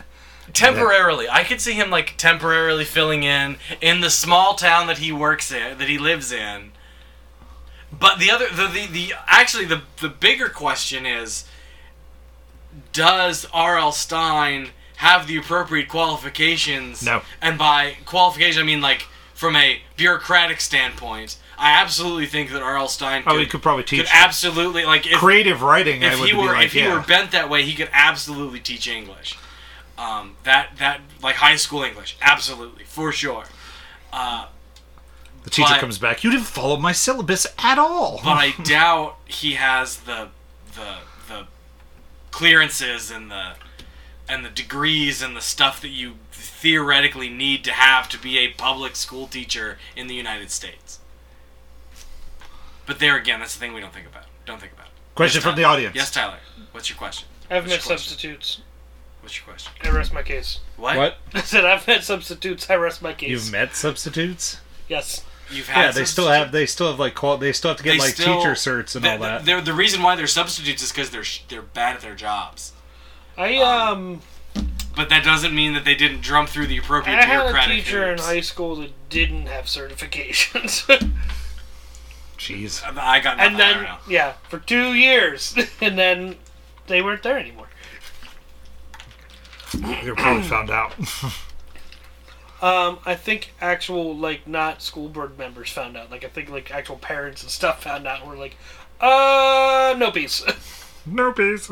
Temporarily, I could see him like temporarily filling in in the small town that he works in, that he lives in. But the other, the the, the actually the the bigger question is, does R.L. Stein have the appropriate qualifications? No. And by qualification, I mean like from a bureaucratic standpoint. I absolutely think that R.L. Stein could, Oh, he could probably teach could absolutely like if, creative writing. I if would he be were like, if he yeah. were bent that way, he could absolutely teach English. Um, that that like high school English, absolutely for sure. the teacher but- comes back. You didn't follow my syllabus at all. But I doubt he has the the the clearances and the and the degrees and the stuff that you theoretically need to have to be a public school teacher in the United States. But there again, that's the thing we don't think about. Don't think about. it. Question Yes, from the Tyler. audience. Yes, Tyler. What's your question? I've What's your met question? substitutes. What's your question? I rest my case. What? I said I've met substitutes. I rest my case. You've met substitutes? Yes. You've had Yeah, they still substitute- have. They still have like qual. They still have to get They like still- teacher certs and the, all that. The, the reason why they're substitutes is because they're sh- they're bad at their jobs. I um. But that doesn't mean that they didn't drum through the appropriate I had a bureaucratic teacher in hoops. high school that didn't have certifications, Jeez. Uh, I got nothing, and I don't then know. yeah, for two years, and then they weren't there anymore. They probably found out. Um, I think actual like not school board members found out. Like I think like actual parents and stuff found out. And were like, uh, no peace. no peace.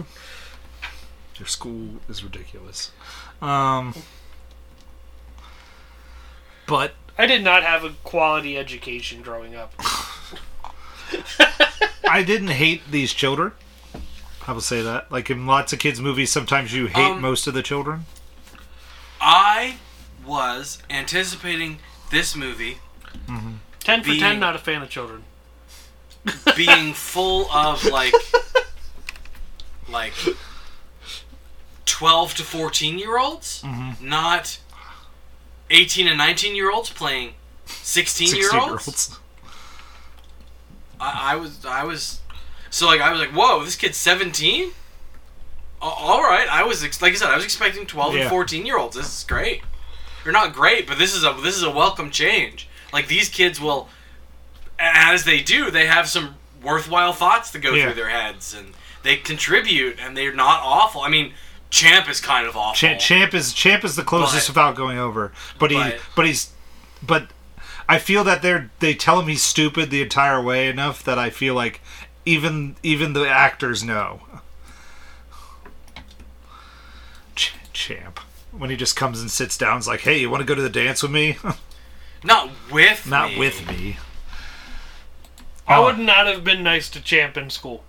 Your school is ridiculous. Um. But I did not have a quality education growing up. I didn't hate these children. I will say that. Like in lots of kids' movies, sometimes you hate Um, most of the children. I was anticipating this movie Ten for Being- ten, not a fan of children. being full of like like 12 to 14 year olds, Mm-hmm. not 18 and 19 year olds playing 16 year olds. Sixteen-year-olds. I, I was I was so like I was like whoa this kid's 17 all right I was ex- like I said I was expecting 12 Yeah. and 14 year olds this is great you're not great but this is a this is a welcome change like these kids will as they do they have some worthwhile thoughts to go Yeah. through their heads and they contribute and they're not awful I mean Champ is kind of awful Champ, Champ is Champ is the closest But- without going over. But he, but- but he's, but I feel that they're they tell him he's stupid the entire way enough that I feel like even even the actors know. Ch- Champ, when he just comes and sits down, is like, "Hey, you want to go to the dance with me? not with Not me. with me." I Oh. would not have been nice to champ in school.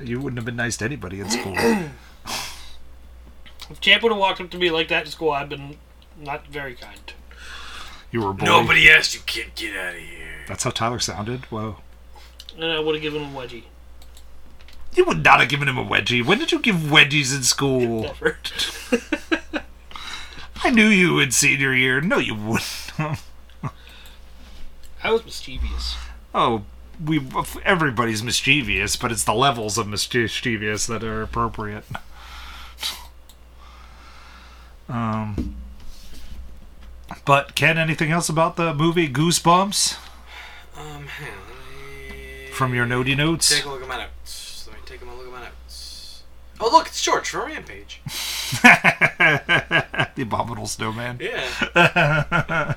You wouldn't have been nice to anybody in school. If Champ would have walked up to me like that in school, I'd been not very kind. You were a boy. Nobody asked you, kid. Get out of here. That's how Tyler sounded. Whoa. And I would have given him a wedgie. You would not have given him a wedgie. When did you give wedgies in school? Never. I knew you in senior year. No, you wouldn't. I was mischievous. oh, we everybody's mischievous, but it's the levels of mischievous that are appropriate. um, but Ken, anything else about the movie Goosebumps Um, hang on. Let me from your notey notes? take a look at my notes. Let me take a look at my notes. Oh, look, it's George from Rampage. the abominable snowman. Yeah. uh,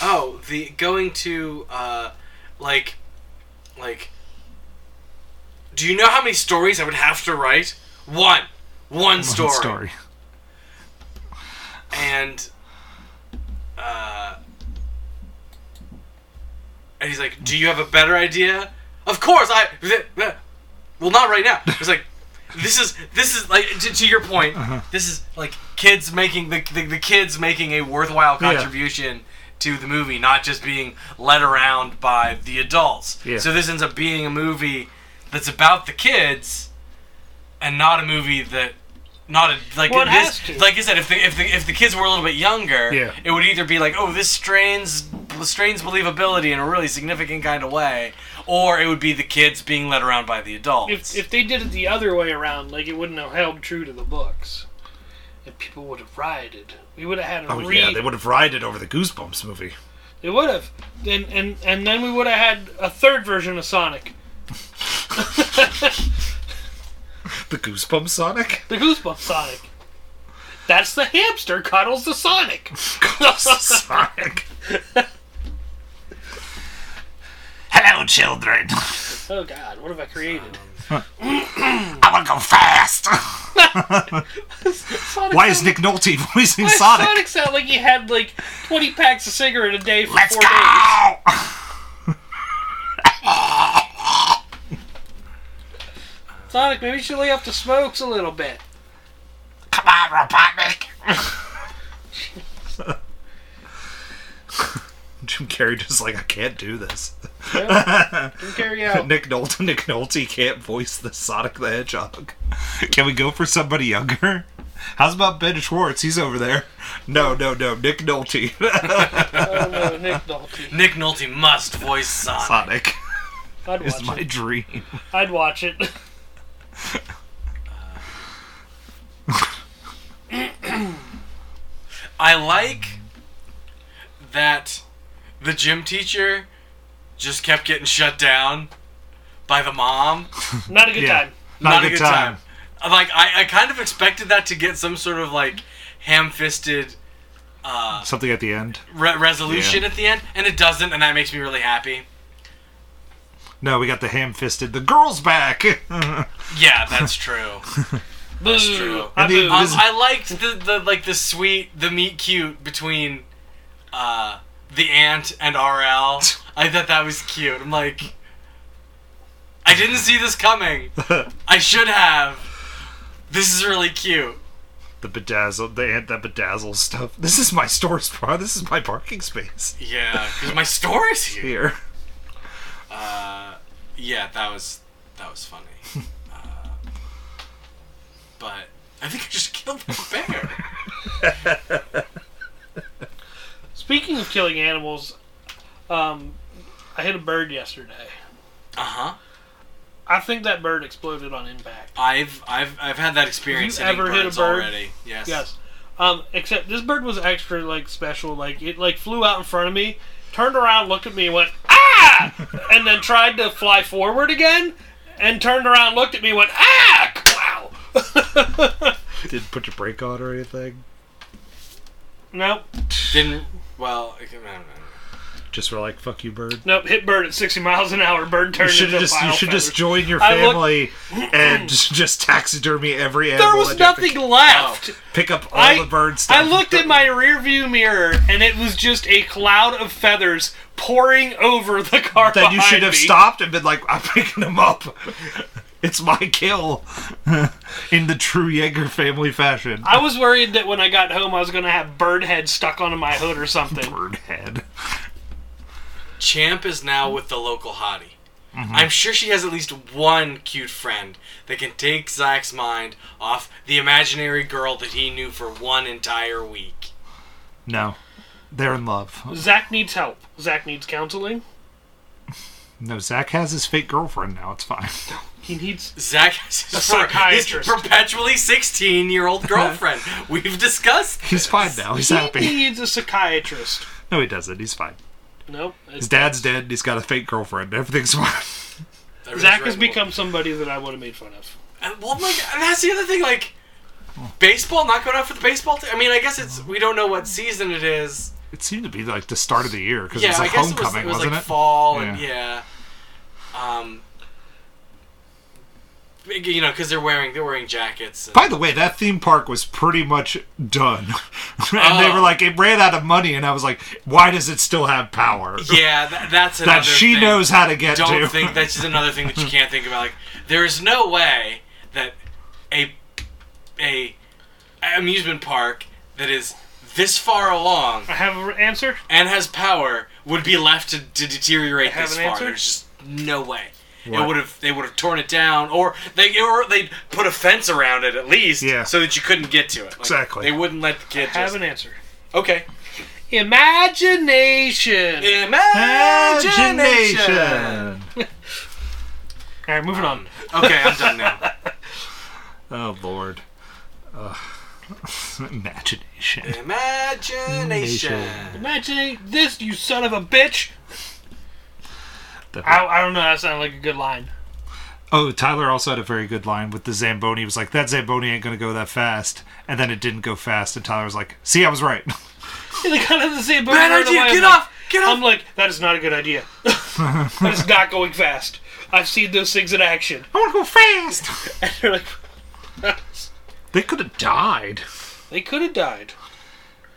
oh, the going to uh, like, like. Do you know how many stories I would have to write? One, one story, story. and. Uh, and he's like, "Do you have a better idea?" Of course, I. Well, not right now. It's like, this is this is like to, to your point. Uh-huh. This is like kids making the, the the kids making a worthwhile Yeah. contribution to the movie, not just being led around by the adults. Yeah. So this ends up being a movie that's about the kids, and not a movie that. Not a, like Well, it this, has to. like I said, if the, if the if the kids were a little bit younger, Yeah. it would either be like, oh, this strains strains believability in a really significant kind of way, or it would be the kids being led around by the adults. If, if they did it the other way around, like it wouldn't have held true to the books, and people would have rioted. We would have had a Oh re. yeah, they would have rioted over the Goosebumps movie. They would have. And, and and then we would have had a third version of Sonic, The Goosebumps Sonic. the Goosebumps Sonic. That's the hamster cuddles the Sonic. Sonic. Hello, children. Oh God, what have I created? I want to go fast. Sonic Why is sound- Nick Nolte voicing why does Sonic? Sonic sound like he had like twenty packs of cigarette a day for Let's four days? go. Sonic, maybe you should lay off the smokes a little bit. Come on, Robotnik. Jim Carrey just like I can't do this. Don't carry out. Nick Nolte, Nick Nolte can't voice the Sonic the Hedgehog. Can we go for somebody younger? How's about Ben Schwartz? He's over there. No, no, no. Nick Nolte, Oh no, Nick Nolte. Nick Nolte must voice Sonic. Sonic I'd is watch my it. dream. I'd watch it. I like that the gym teacher just kept getting shut down by the mom. Not a good Yeah. time. Not, a good, time. time. Like I, I kind of expected that to get some sort of like ham-fisted Something at the end. re- resolution Yeah. at the end, and it doesn't, and that makes me really happy. No, we got the ham-fisted. The girl's back. Yeah, that's true. Boo. true. I And the- boo. Um, This- I liked the, the like the sweet the meet cute between uh, the ant and RL. I thought that was cute. I'm like, I didn't see this coming. I should have. This is really cute. the bedazzled, the ant that bedazzles stuff. This is my store spot. This is my parking space Yeah, because my store is here. here. Uh, yeah, that was that was funny. Uh, but I think I just killed the bear. Um, Speaking of killing animals, um, I hit a bird yesterday. Uh huh. I think that bird exploded on impact. I've I've I've had that experience. you hitting ever hit a birds bird? already? Yes. Yes. Um, except this bird was extra like special. Like it like flew out in front of me, turned around, looked at me, and went ah, and then tried to fly forward again, and turned around, looked at me, and went ah, wow. Didn't put your brake on or anything. Nope. Didn't. Well, I can- I don't know. Just for like, fuck you, bird. Nope, hit bird at 60 miles an hour. Bird You turned should into just a you pile should feathers. just join your I look- family and just taxidermy every animal. There was that you nothing left. Pick, pick up all I, the bird stuff. I looked at my rearview mirror and it was just a cloud of feathers pouring over the car. Then you should behind have me. stopped and been like, "I'm picking them up. It's my kill." In the true Jaeger family fashion. I was worried that when I got home, I was going to have bird head stuck onto my hood or something. Bird head. Champ is now with the local hottie. I'm sure she has at least one cute friend that can take Zach's mind off the imaginary girl that he knew for one entire week. No, they're in love. Zach needs help. Zach needs counseling. No, Zach has his fake girlfriend now. It's fine. He needs. Zach has his, A psychiatrist. his perpetually 16 year old girlfriend. We've discussed. He's fine now. He's He happy. needs a psychiatrist. No, he doesn't. He's fine. Nope. His dad's dead. and He's got a fake girlfriend. Everything's fine. Zach has become somebody that I would have made fun of. And, well, like, and that's the other thing. Like, baseball not going out for the baseball team. I mean, I guess it's we don't know what season it is. It seemed to be like the start of the year because it Yeah, was like I guess it was, homecoming, it was wasn't like it? fall and yeah. Um, you know, because they're wearing they're wearing jackets. and- By the way, that theme park was pretty much done, and they Oh. were like, it ran out of money, and I was like, why does it still have power? yeah, that, that's another that she thing. knows how to get Don't to. think that's just another thing that you can't think about. Like, there is no way that a a amusement park that is this far along I have an answer. and has power would be left to, to deteriorate have this an far. answer? There's just no way. It What? would have they would have torn it down, or they or they'd put a fence around it at least, Yeah. so that you couldn't get to it. Like, Exactly. They wouldn't let the kid I have just. an answer. Okay. Imagination. Imagination. Imagination. All right, moving on. Okay, I'm done now. Oh lord. Ugh. Imagination. Imagination. Imagine this, you son of a bitch. The- I, I don't know. That sounded like a good line. Oh, Tyler also had a very good line with the Zamboni. He was like, that Zamboni ain't going to go that fast. And then it didn't go fast. And Tyler was like, see, I was right. Yeah, they kind of the same. Bad idea. Get off. Get I'm off. like, that is not a good idea. that is not going fast. I've seen those things in action. I want to go fast. And they're like, They could have died. they could have died.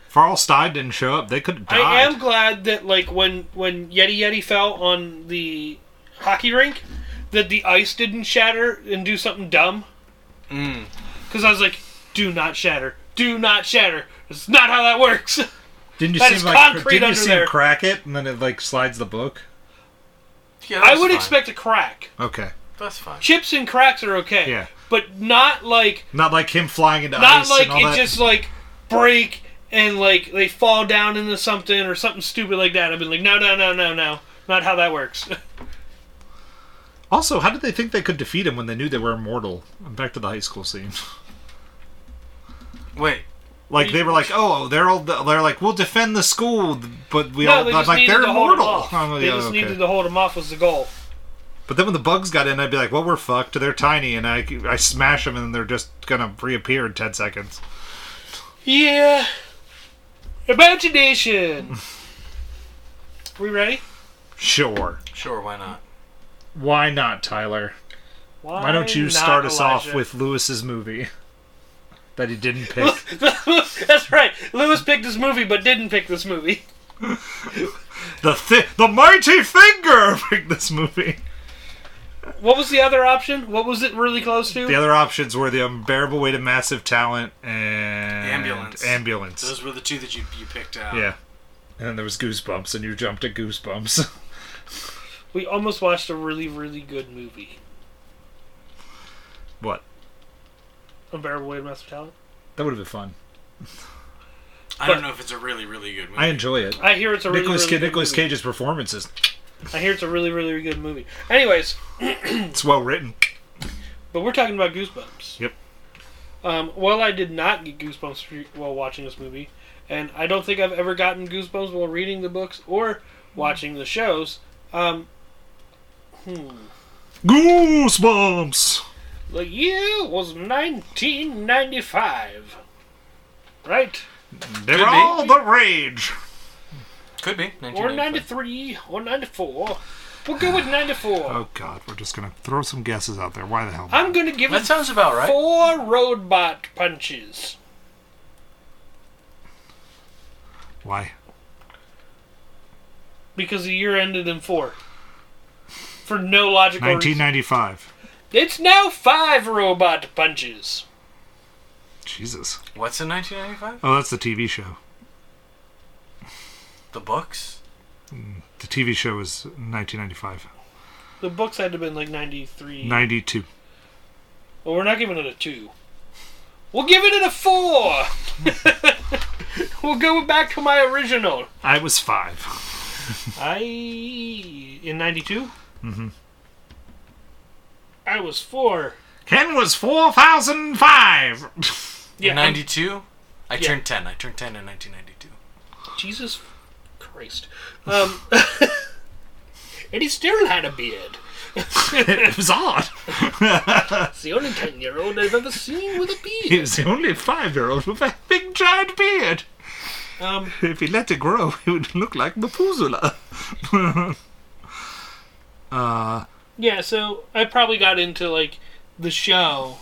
Farl Stein didn't show up. They could have died. I am glad that like when when Yeti Yeti fell on the hockey rink, that the ice didn't shatter and do something dumb. Mm. Because I was like, do not shatter, do not shatter. It's not how that works. Didn't you That see is him, like, concrete didn't you under see there. him crack it and then it like slides the book? Yeah, I that's would fine. expect a crack. Okay. That's fine. Chips and cracks are okay. Yeah. But not like Not like him flying into not ice like and all it that. just like break and like they fall down into something or something stupid like that. I've been like, no, no, no, no, no, not how that works. Also, how did they think they could defeat him when they knew they were immortal? I'm back to the high school scene. Wait. Like they were like, oh, they're all they're like, we'll defend the school, but we no, all they I'm just like needed they're to hold 'em immortal. off. I'm like, They "Oh, just okay." needed to hold them off was the goal. But then when the bugs got in, I'd be like, well, we're fucked. They're tiny, and I I smash them, and they're just gonna reappear in ten seconds. Yeah. Imagination. we ready? Sure. Sure. Why not? Why not, Tyler? Why don't you not, start us off Elijah? with Lewis's movie that he didn't pick? That's right. Lewis picked this movie, but didn't pick this movie. the thi- the mighty finger picked this movie. What was the other option? What was it really close to? The other options were the unbearable weight of massive talent and Ambulance. Ambulance. Those were the two that you, you picked out. Yeah. And then there was Goosebumps, and you jumped at Goosebumps. we almost watched a really, really good movie. what? Unbearable Weight of Massive Talent. That would have been fun. I don't know if it's a really really good movie. I enjoy it. I hear it's a really, Nicholas really good Nicholas movie. Cage's performances. I hear it's a really, really good movie. Anyways, It's well written. but we're talking about Goosebumps. Yep. Um, while I did not get goosebumps re- while watching this movie, and I don't think I've ever gotten goosebumps while reading the books or watching the shows, um, Goosebumps. the year was 1995. Right? They're Could be. all the rage. Could be. Or 9 to 1995. 3, or 9 to 4. We'll go with 9 to 4. Oh God, we're just gonna throw some guesses out there. Why the hell? I'm going to give That it sounds about right. four robot punches. Why? Because the year ended in 4. For no logical reason. 1995. It's now five robot punches. Jesus. What's in 1995? Oh, that's the TV show. The books? The TV show is 1995. The books had to have been like 93. 92. Well, we're not giving it a 2. We'll give it a 4. we'll go back to my original. I was five. I in '92. Mm-hmm. I was four. Ken was 4,005. Yeah. in I'm- 92? I Yeah. turned 10. I turned 10 in 1992. Jesus Christ. Um, and he still had a beard. it was odd. It's the only ten-year-old I've ever seen with a He beard. was the only five year old with a big giant beard. Um, If he let it grow, he would look like Methuselah. yeah. So I probably got into like the show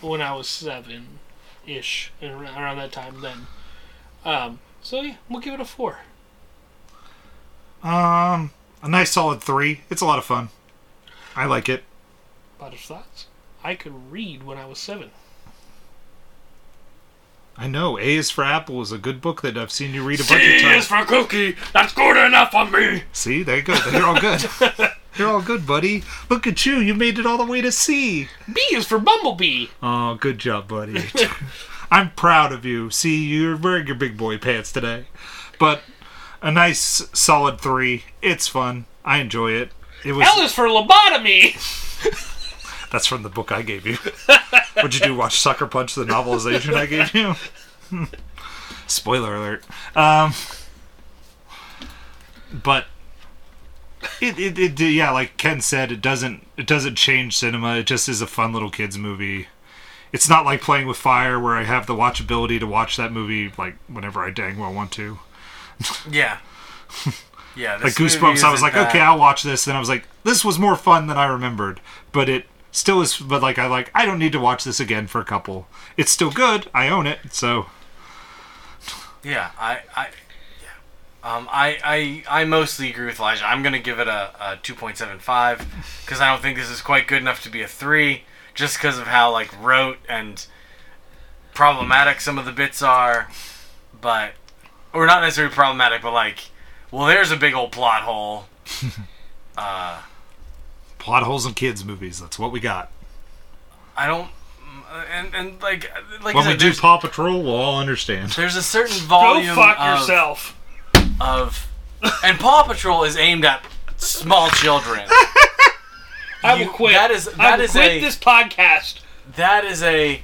when I was seven-ish, and ar- around that time then. Um, so yeah, we'll give it a four. Um, a nice solid three. It's a lot of fun. I like it. Lot of thoughts. I could read when I was seven. I know. A is for Apple is a good book that I've seen you read a bunch of times. for cookie. That's good enough for me. See, there you go. You're all good. You're all good, buddy. Look at you. You made it all the way to C. B is for bumblebee. Oh, good job, buddy. I'm proud of you. See, you're wearing your big boy pants today. But a nice solid three. It's fun. I enjoy it. It was L is for lobotomy. that's from the book I gave you. Would you do watch Sucker Punch, the novelization I gave you? Spoiler alert. Um, but it, it, it yeah, like Ken said, it doesn't it doesn't change cinema. It just is a fun little kids movie. It's not like playing with fire where I have the watchability to watch that movie like whenever I dang well want to. Yeah. Yeah. like This goosebumps i was like okay i'll watch this then i was like this was more fun than i remembered but it still is but like i like i don't need to watch this again for a couple it's still good i own it so Yeah. I. I yeah. um, I, I I mostly agree with Elijah. I'm gonna give it a, a 2.75 because I don't think this is quite good enough to be a three, just because of how like rote and problematic some of the bits are. But or not necessarily problematic, but like, well, there's a big old plot hole. plot holes in kids movies that's what we got I don't. And and like like I when said, we do there's, paw patrol we'll all understand there's a certain Go volume fuck of, yourself. of and Paw Patrol is aimed at small children. I will you- quit. that is- I that will is quit a- this podcast. that is a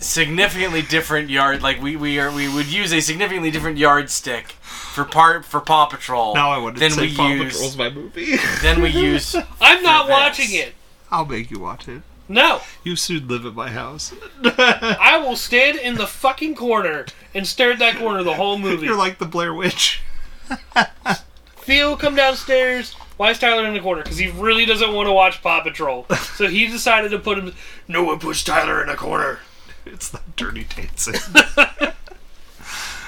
significantly different yard. Like we we are we would use a significantly different yardstick for part for Paw Patrol. now i want to than say we paw use patrol's my movie than we use. I'm not this. watching it. i'll make you watch it No, you soon live at my house I will stand in the fucking corner and stare at that corner the whole movie. you're like the blair witch Theo, come downstairs. Why is Tyler in the corner? Because he really doesn't want to watch Paw Patrol. So he decided to put him. No one puts Tyler in a corner. it's that dirty dancing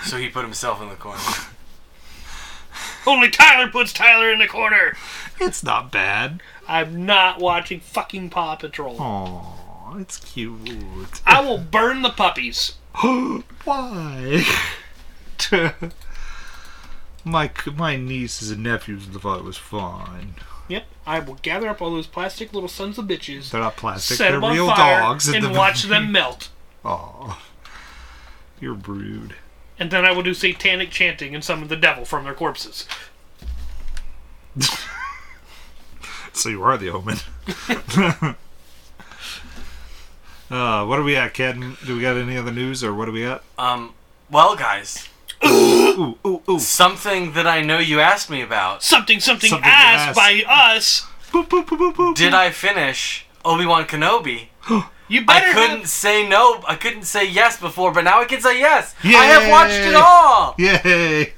So he put himself in the corner. Only Tyler puts Tyler in the corner. it's not bad I'm not watching fucking Paw Patrol. oh it's cute I will burn the puppies. Why? my my nieces and nephews thought it was fine. Yep, I will gather up all those plastic little sons of bitches, They're not plastic. set They're them on real fire, dogs. and the- watch them melt. Aw. you're rude. And then I will do satanic chanting and summon the devil from their corpses. So you are the omen. uh, what are we at, Ken? Do we got any other news, or what are we at? Um. Well, guys, Ooh, ooh, ooh! something that I know you asked me about. Something, something, Something ass ass. by us. Boop, boop, boop, boop, boop. Did I finish Obi Wan Kenobi? You better I couldn't say no. I couldn't say yes before, but now I can say yes. I Yay. have watched it all. Yay!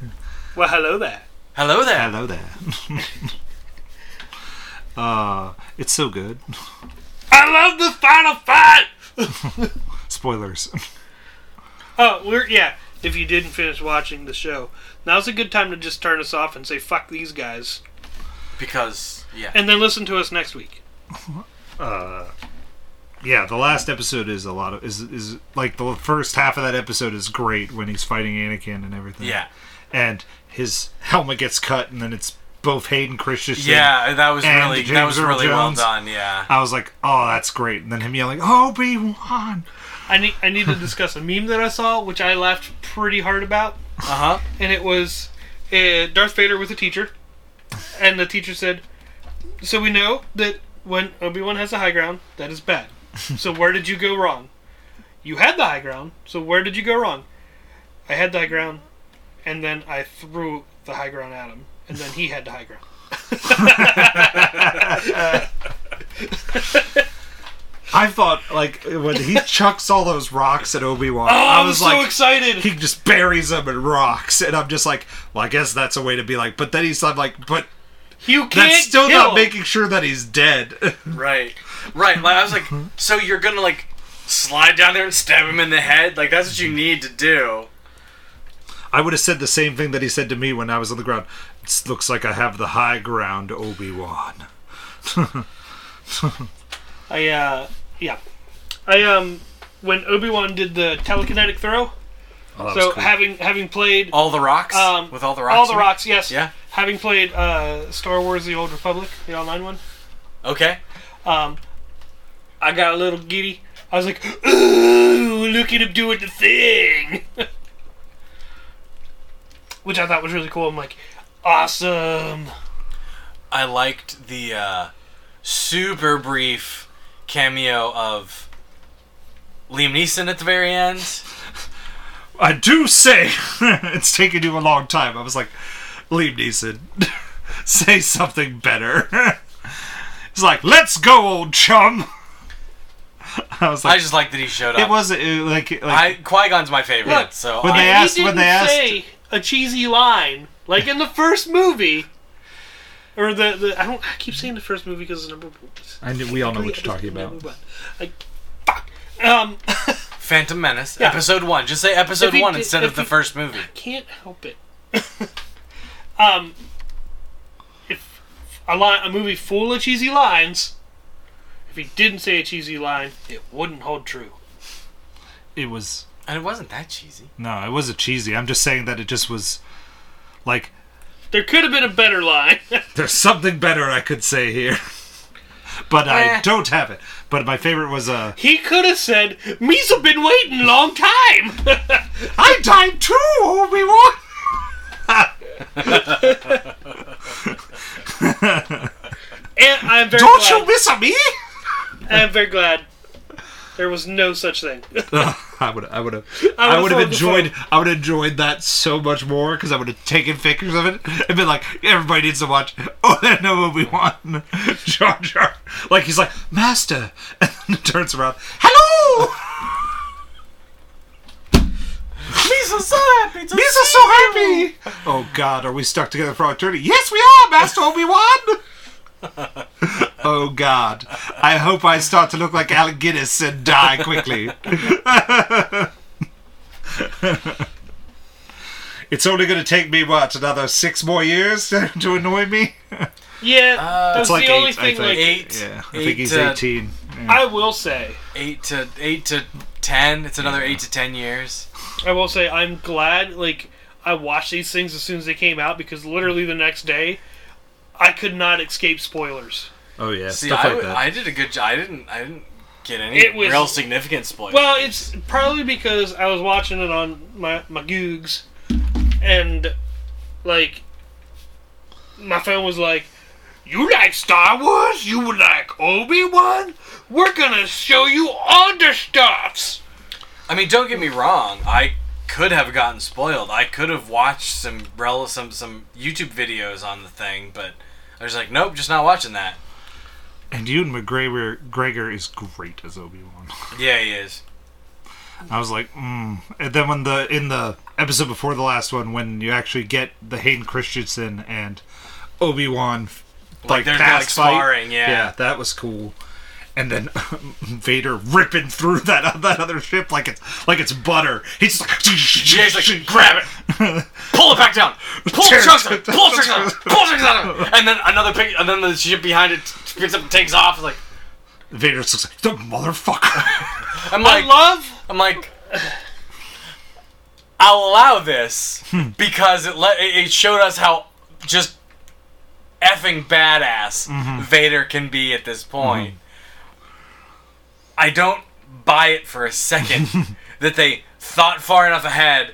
Well, hello there. Hello there. Hello there. uh, it's so good. I love the final fight. Spoilers. Oh, we're yeah. If you didn't finish watching the show, now's a good time to just turn us off and say fuck these guys, Because yeah. and then listen to us next week. yeah, the last episode is a lot of is is like the first half of that episode is great when he's fighting Anakin and everything. yeah. and his helmet gets cut, and then it's both Hayden Christensen. Yeah, that was And really that James was Earl really well Jones. done, yeah. I was like, oh, that's great, and then him yelling, Obi Wan. I need I need to discuss a meme that I saw, which I laughed pretty hard about, Uh-huh. and it was uh, Darth Vader with a teacher, and the teacher said, "So we know that when Obi Wan has the high ground, that is bad. So where did you go wrong? You had the high ground. So where did you go wrong? I had the high ground, and then I threw the high ground at him, and then he had the high ground." I thought like when he chucks all those rocks at Obi Wan, I was so like, excited. he just buries them in rocks, and I'm just like, well, I guess that's a way to be like. But then he's I'm like, but you can't that's still kill. not making sure that he's dead. Right. Right. Like, I was like, so you're gonna like slide down there and stab him in the head? Like that's what you need to do. I would have said the same thing that he said to me when I was on the ground. It looks like I have the high ground, Obi Wan. I uh yeah. I um when Obi Wan did the telekinetic throw, Oh, so having having played All the rocks? um With all the rocks. all the you mean? rocks, yes, Yeah. having played uh Star Wars: The Old Republic, the online one, Okay. um, I got a little giddy. I was like, ooh, look at him doing the thing, which I thought was really cool. I'm like, awesome. I liked the uh, super brief cameo of Liam Neeson at the very end. I do say it's taken you a long time. I was like, Liam Neeson, say something better. He's like, let's go, old chum. I was I like, just like that he showed up. it was it, like, like I Qui Gon's my favorite, Yeah. so When I, they- And asked- he when didn't they asked- say a cheesy line like in the first movie, or the, the I don't I keep saying the first movie because it's number. I knew- we all know what you're talking about. Like, fuck. Um, Phantom Menace, Yeah. Episode One. Just say Episode If he One did- instead if of the he- first movie. can't help it. um, if a line, a movie full of cheesy lines, if he didn't say a cheesy line, it wouldn't hold true. it was And it wasn't that cheesy. no, it wasn't cheesy. I'm just saying that it just was like There could have been a better line. there's something better I could say here, but Eh. I don't have it. But my favorite was uh, he could have said, "Me's have been waiting a long time." I died too, Obi Wan. and I'm very Don't glad. you miss a me? I'm very glad there was no such thing. I would, I would have, I would have sold the enjoyed, I would have enjoyed that so much more because I would have taken pictures of it and been like, everybody needs to watch. Oh, that no Obi Wan, Jar Jar, like he's like Master, and then turns around, hello, Lisa's so happy. To these are so happy. Oh God, are we stuck together for eternity? Yes, we are, Master Obi Wan. oh God, I hope I start to look like Alec Guinness and die quickly. It's only going to take me what another six more years to annoy me. Yeah, That's that's the only thing. I Like, think. Eight- yeah, I eight, think he's uh, eighteen. Yeah. I will say, Eight to eight to ten. It's another eight to ten years. I will say, I'm glad. Like, I watched these things as soon as they came out because literally the next day, I could not escape spoilers. oh yeah, See, stuff I, like w- that. I did a good job. I didn't. I didn't get any It was- real significant spoilers. Well, it's probably because I was watching it on my my Googs, and like, my phone was like. You like Star Wars? You like Obi Wan? We're gonna show you all the stuffs. I mean, don't get me wrong. I could have gotten spoiled. I could have watched some rel- some some YouTube videos on the thing, but I was like, nope, just not watching that. and Ewan McGregor, McGregor is great as Obi Wan. Yeah, he is. I was like, mm. and then when the in the episode before the last one, when you actually get the Hayden Christensen and Obi Wan Like, they're, like, sparring, yeah. yeah, that was cool. And then Vader ripping through that that other ship like it's like it's butter. He's just like, Yeah, he's like, grab it, pull it back down, pull the chunks out, pull the chunks out, pull the chunks out, and then another pig, and then the ship behind it picks up and takes off. Like Vader's just like the motherfucker. I'm like, I love. I'm like, I'll allow this Hmm. because it let it it showed us how just effing badass Mm-hmm. Vader can be at this point. Mm-hmm. I don't buy it for a second that they thought far enough ahead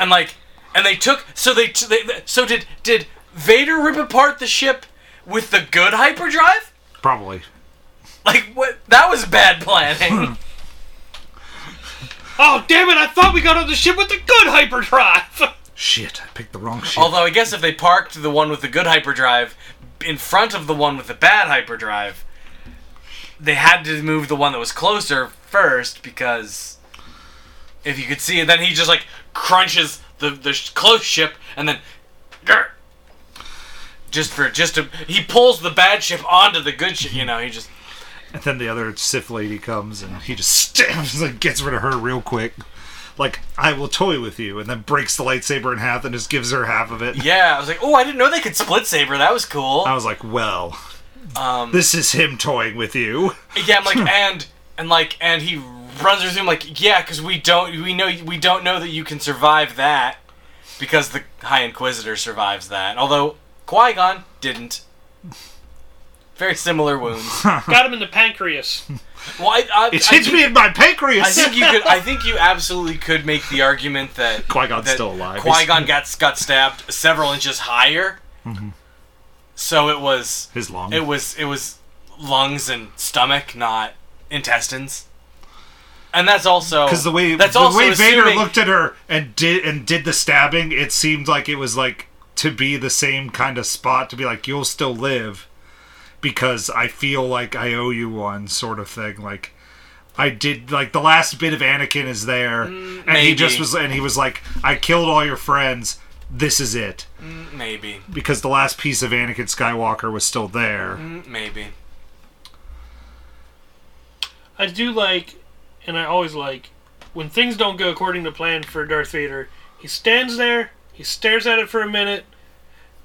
and like and they took so they, t- they so did did Vader rip apart the ship with the good hyperdrive? Probably. Like what? That was bad planning. Oh damn it! I thought we got on the ship with the good hyperdrive. Shit, I picked the wrong ship. Although I guess if they parked the one with the good hyperdrive in front of the one with the bad hyperdrive, they had to move the one that was closer first because if you could see it, then he just like crunches the the sh- close ship and then grr, just for just to he pulls the bad ship onto the good ship. You know, he just And then the other Sith lady comes and he just stabs like gets rid of her real quick. Like, I will toy with you, and then breaks the lightsaber in half and just gives her half of it. yeah. I was like, oh, I didn't know they could split saber. That was cool. I was like, well, Um, this is him toying with you. Yeah, I'm like, and and like, and he runs her through. I'm like, yeah, because we don't, we know, we don't know that you can survive that because the High Inquisitor survives that. Although Qui Gon didn't. Very similar wounds. got him in the pancreas. Well, I, I, It I hits think- me in I my pancreas. think you could. I think you absolutely could make the argument that Qui Gon's that still alive. Qui Gon got got stabbed several inches higher, Mm-hmm. so it was His long. It was it was lungs and stomach, not intestines. And that's also because the way that's the also way Vader assuming- looked at her and did and did the stabbing, it seemed like it was like to be the same kind of spot to be like you'll still live because I feel like I owe you one sort of thing. Like I did like the last bit of Anakin is there, and he Mm, maybe. just was and he was like I killed all your friends. This is it maybe because the last piece of Anakin Skywalker was still there. maybe I do like, and I always like, when things don't go according to plan for Darth Vader, he stands there, he stares at it for a minute,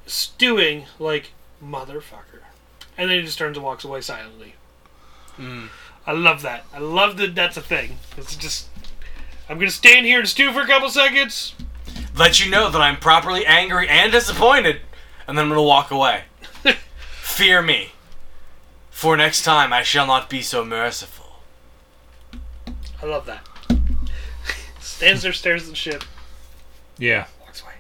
stewing like, motherfucker. And then he just turns and walks away silently. Hmm. I love that. I love that that's a thing. It's just, I'm going to stand here and stew for a couple seconds. let you know that I'm properly angry and disappointed, and then I'm gonna walk away. Fear me, for next time I shall not be so merciful. I love that. Stands there, stares at the ship, Yeah. walks away.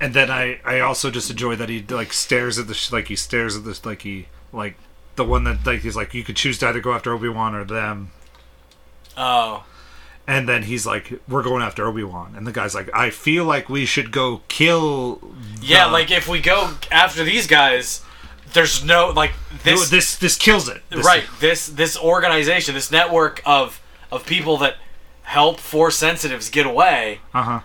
and then I I also just enjoy that he like stares at the sh- like he stares at this like he like the one that like he's like you could choose to either go after Obi Wan or them, Oh, and then he's like we're going after Obi Wan, and the guy's like I feel like we should go kill yeah. the- Like if we go after these guys, there's no like no, this. this this kills it This- right this this organization this network of of people that help force sensitives get away uh-huh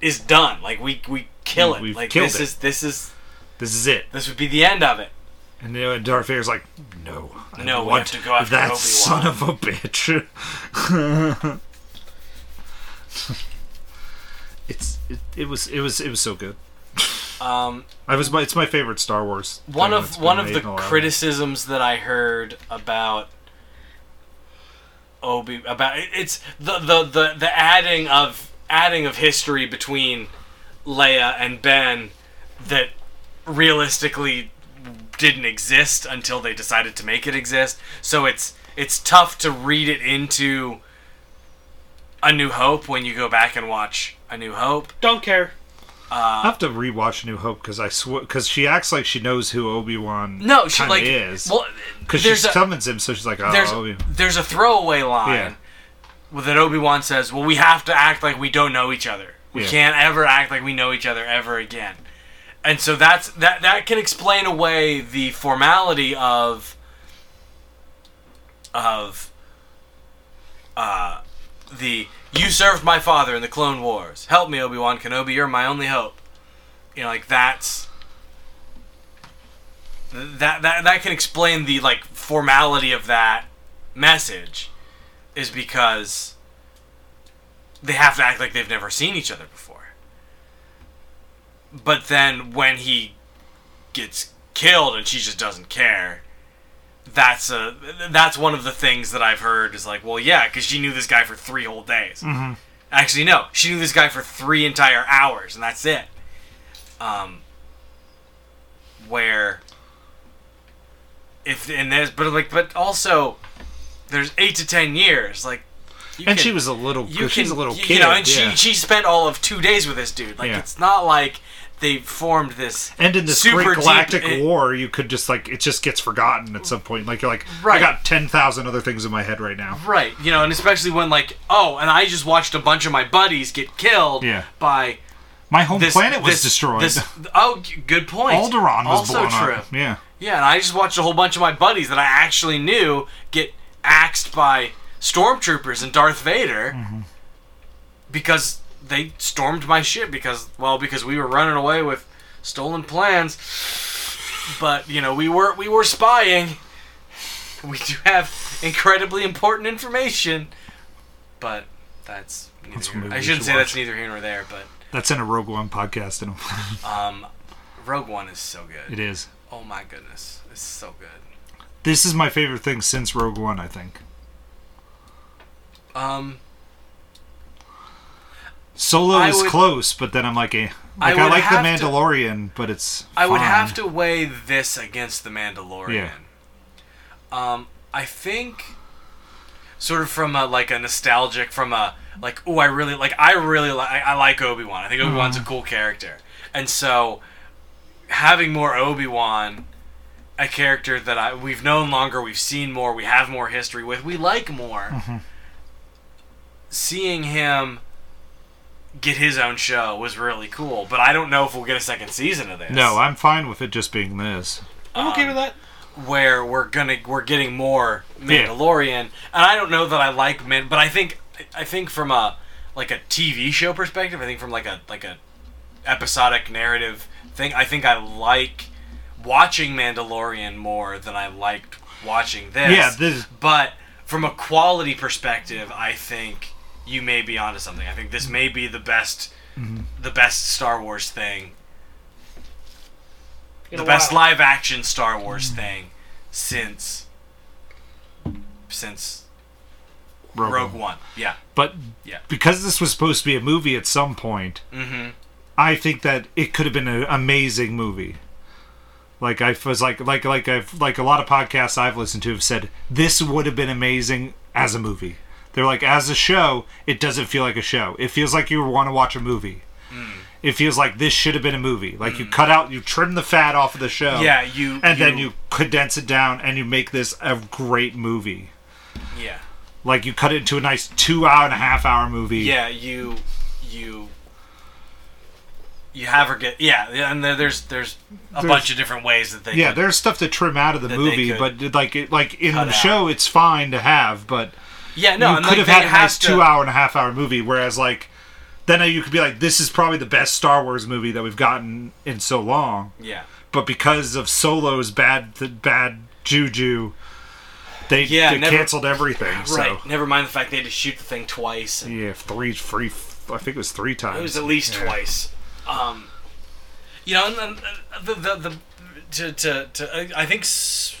is done like we we kill it We've like killed this it. is this is this is it this would be the end of it and you know, and Darth Vader's like no I No, we want have to go after that Obi-Wan." son of a bitch it's it, it was it was it was so good. um I was my, it's my favorite Star Wars. one thing that's of been one of made the in a while. criticisms that I heard about Obi about it- it's the the the, the adding of adding of history between Leia and Ben that realistically didn't exist until they decided to make it exist. So it's it's tough to read it into A New Hope when you go back and watch A New Hope. Don't care. I have to rewatch New Hope because I because she acts like she knows who Obi Wan. No, she like is well because she there's a- summons him, so she's like, there's oh, Obi. there's a throwaway line that Obi Wan says, "Well, we have to act like we don't know each other. We Yeah. can't ever act like we know each other ever again." And so that's that that can explain away the formality of of uh, the "You served my father in the Clone Wars. Help me, Obi Wan Kenobi. You're my only hope." You know, like that's that that that can explain the like formality of that message, is because they have to act like they've never seen each other before. But then when he gets killed and she just doesn't care, that's a that's one of the things that I've heard is like, well, yeah, because she knew this guy for three whole days. Mhm. Actually, no, she knew this guy for three entire hours, and that's it. Um, where if and there's but like but also there's eight to ten years like. you can- and she was a little. you she's can- a little you, kid. You know, and yeah. she she spent all of two days with this dude. Like Yeah. it's not like they formed this. And in this super great galactic deep, war, you could just like it just gets forgotten at some point. Like you're like, I Right. got ten thousand other things in my head right now. right? You know, and especially when like oh, and I just watched a bunch of my buddies get killed. Yeah. By My home this planet was this- destroyed. This, oh, g- good point. Alderaan was also blown true. up. Yeah, Yeah, and I just watched a whole bunch of my buddies that I actually knew get axed by stormtroopers and Darth Vader Mm-hmm. because they stormed my ship because well because we were running away with stolen plans. But you know we were we were spying. We do have incredibly important information, but that's neither That's here- what movie I we shouldn't should say that's watch. neither here nor there. But that's in a Rogue One podcast. And um, Rogue One is so good. it is. Oh my goodness, it's so good. This is my favorite thing since Rogue One. I think Um. Solo I is would- close, but then I'm like, eh. I Like I, would like the have to- Mandalorian, but it's. I would fine. have to weigh this against the Mandalorian. Um, I think sort of from a like a nostalgic from a like oh I really like I really like I like Obi-Wan. I think Obi-Wan's Mm-hmm. a cool character. And so having more Obi-Wan a character that I we've known longer, we've seen more, we have more history with, we like more. Mm-hmm. Seeing him get his own show was really cool, but I don't know if we'll get a second season of this No, I'm fine with it just being this. I'm okay Um, with that. where we're gonna we're getting more Yeah. Mandalorian, and I don't know that I like men, but I think I think from a like a TV show perspective, I think from like a like a episodic narrative thing, I think I like watching Mandalorian more than I liked watching this. Yeah, this. but from a quality perspective, I think you may be onto something. I think this may be the best Mm-hmm. the best Star Wars thing In the a best while. live action Star Wars Mm. thing since since Rogue, Rogue One. One. Yeah. But Yeah. because this was supposed to be a movie at some point, Mm-hmm. I think that it could have been an amazing movie. Like I was like like like I've like a lot of podcasts I've listened to have said this would have been amazing as a movie. They're like as a show, it doesn't feel like a show. It feels like you want to watch a movie. Mm. It feels like this should have been a movie. Like you cut out, you trim the fat off of the show. Yeah, you- Oh. and then you- you condense it down and you make this a great movie. Yeah. Like you cut it into a nice two hour and a half hour movie. Yeah. You you you have her get yeah, yeah, and there, there's there's a There's- bunch of different ways that they yeah, could- there's stuff to trim out of the that they movie, could but like it, like in cut the out. show, it's fine to have, but yeah no you and could like, have had they a nice to- two hour and a half hour movie. Whereas like then you could be like, this is probably the best Star Wars movie that we've gotten in so long, yeah but because of Solo's bad th- bad juju, they, Yeah, they never- canceled everything. So right never mind the fact they had to shoot the thing twice and yeah, three three. I think it was three times. It was at least Yeah. twice. Um, you know, and then uh, the the, the to, to, to I I think s-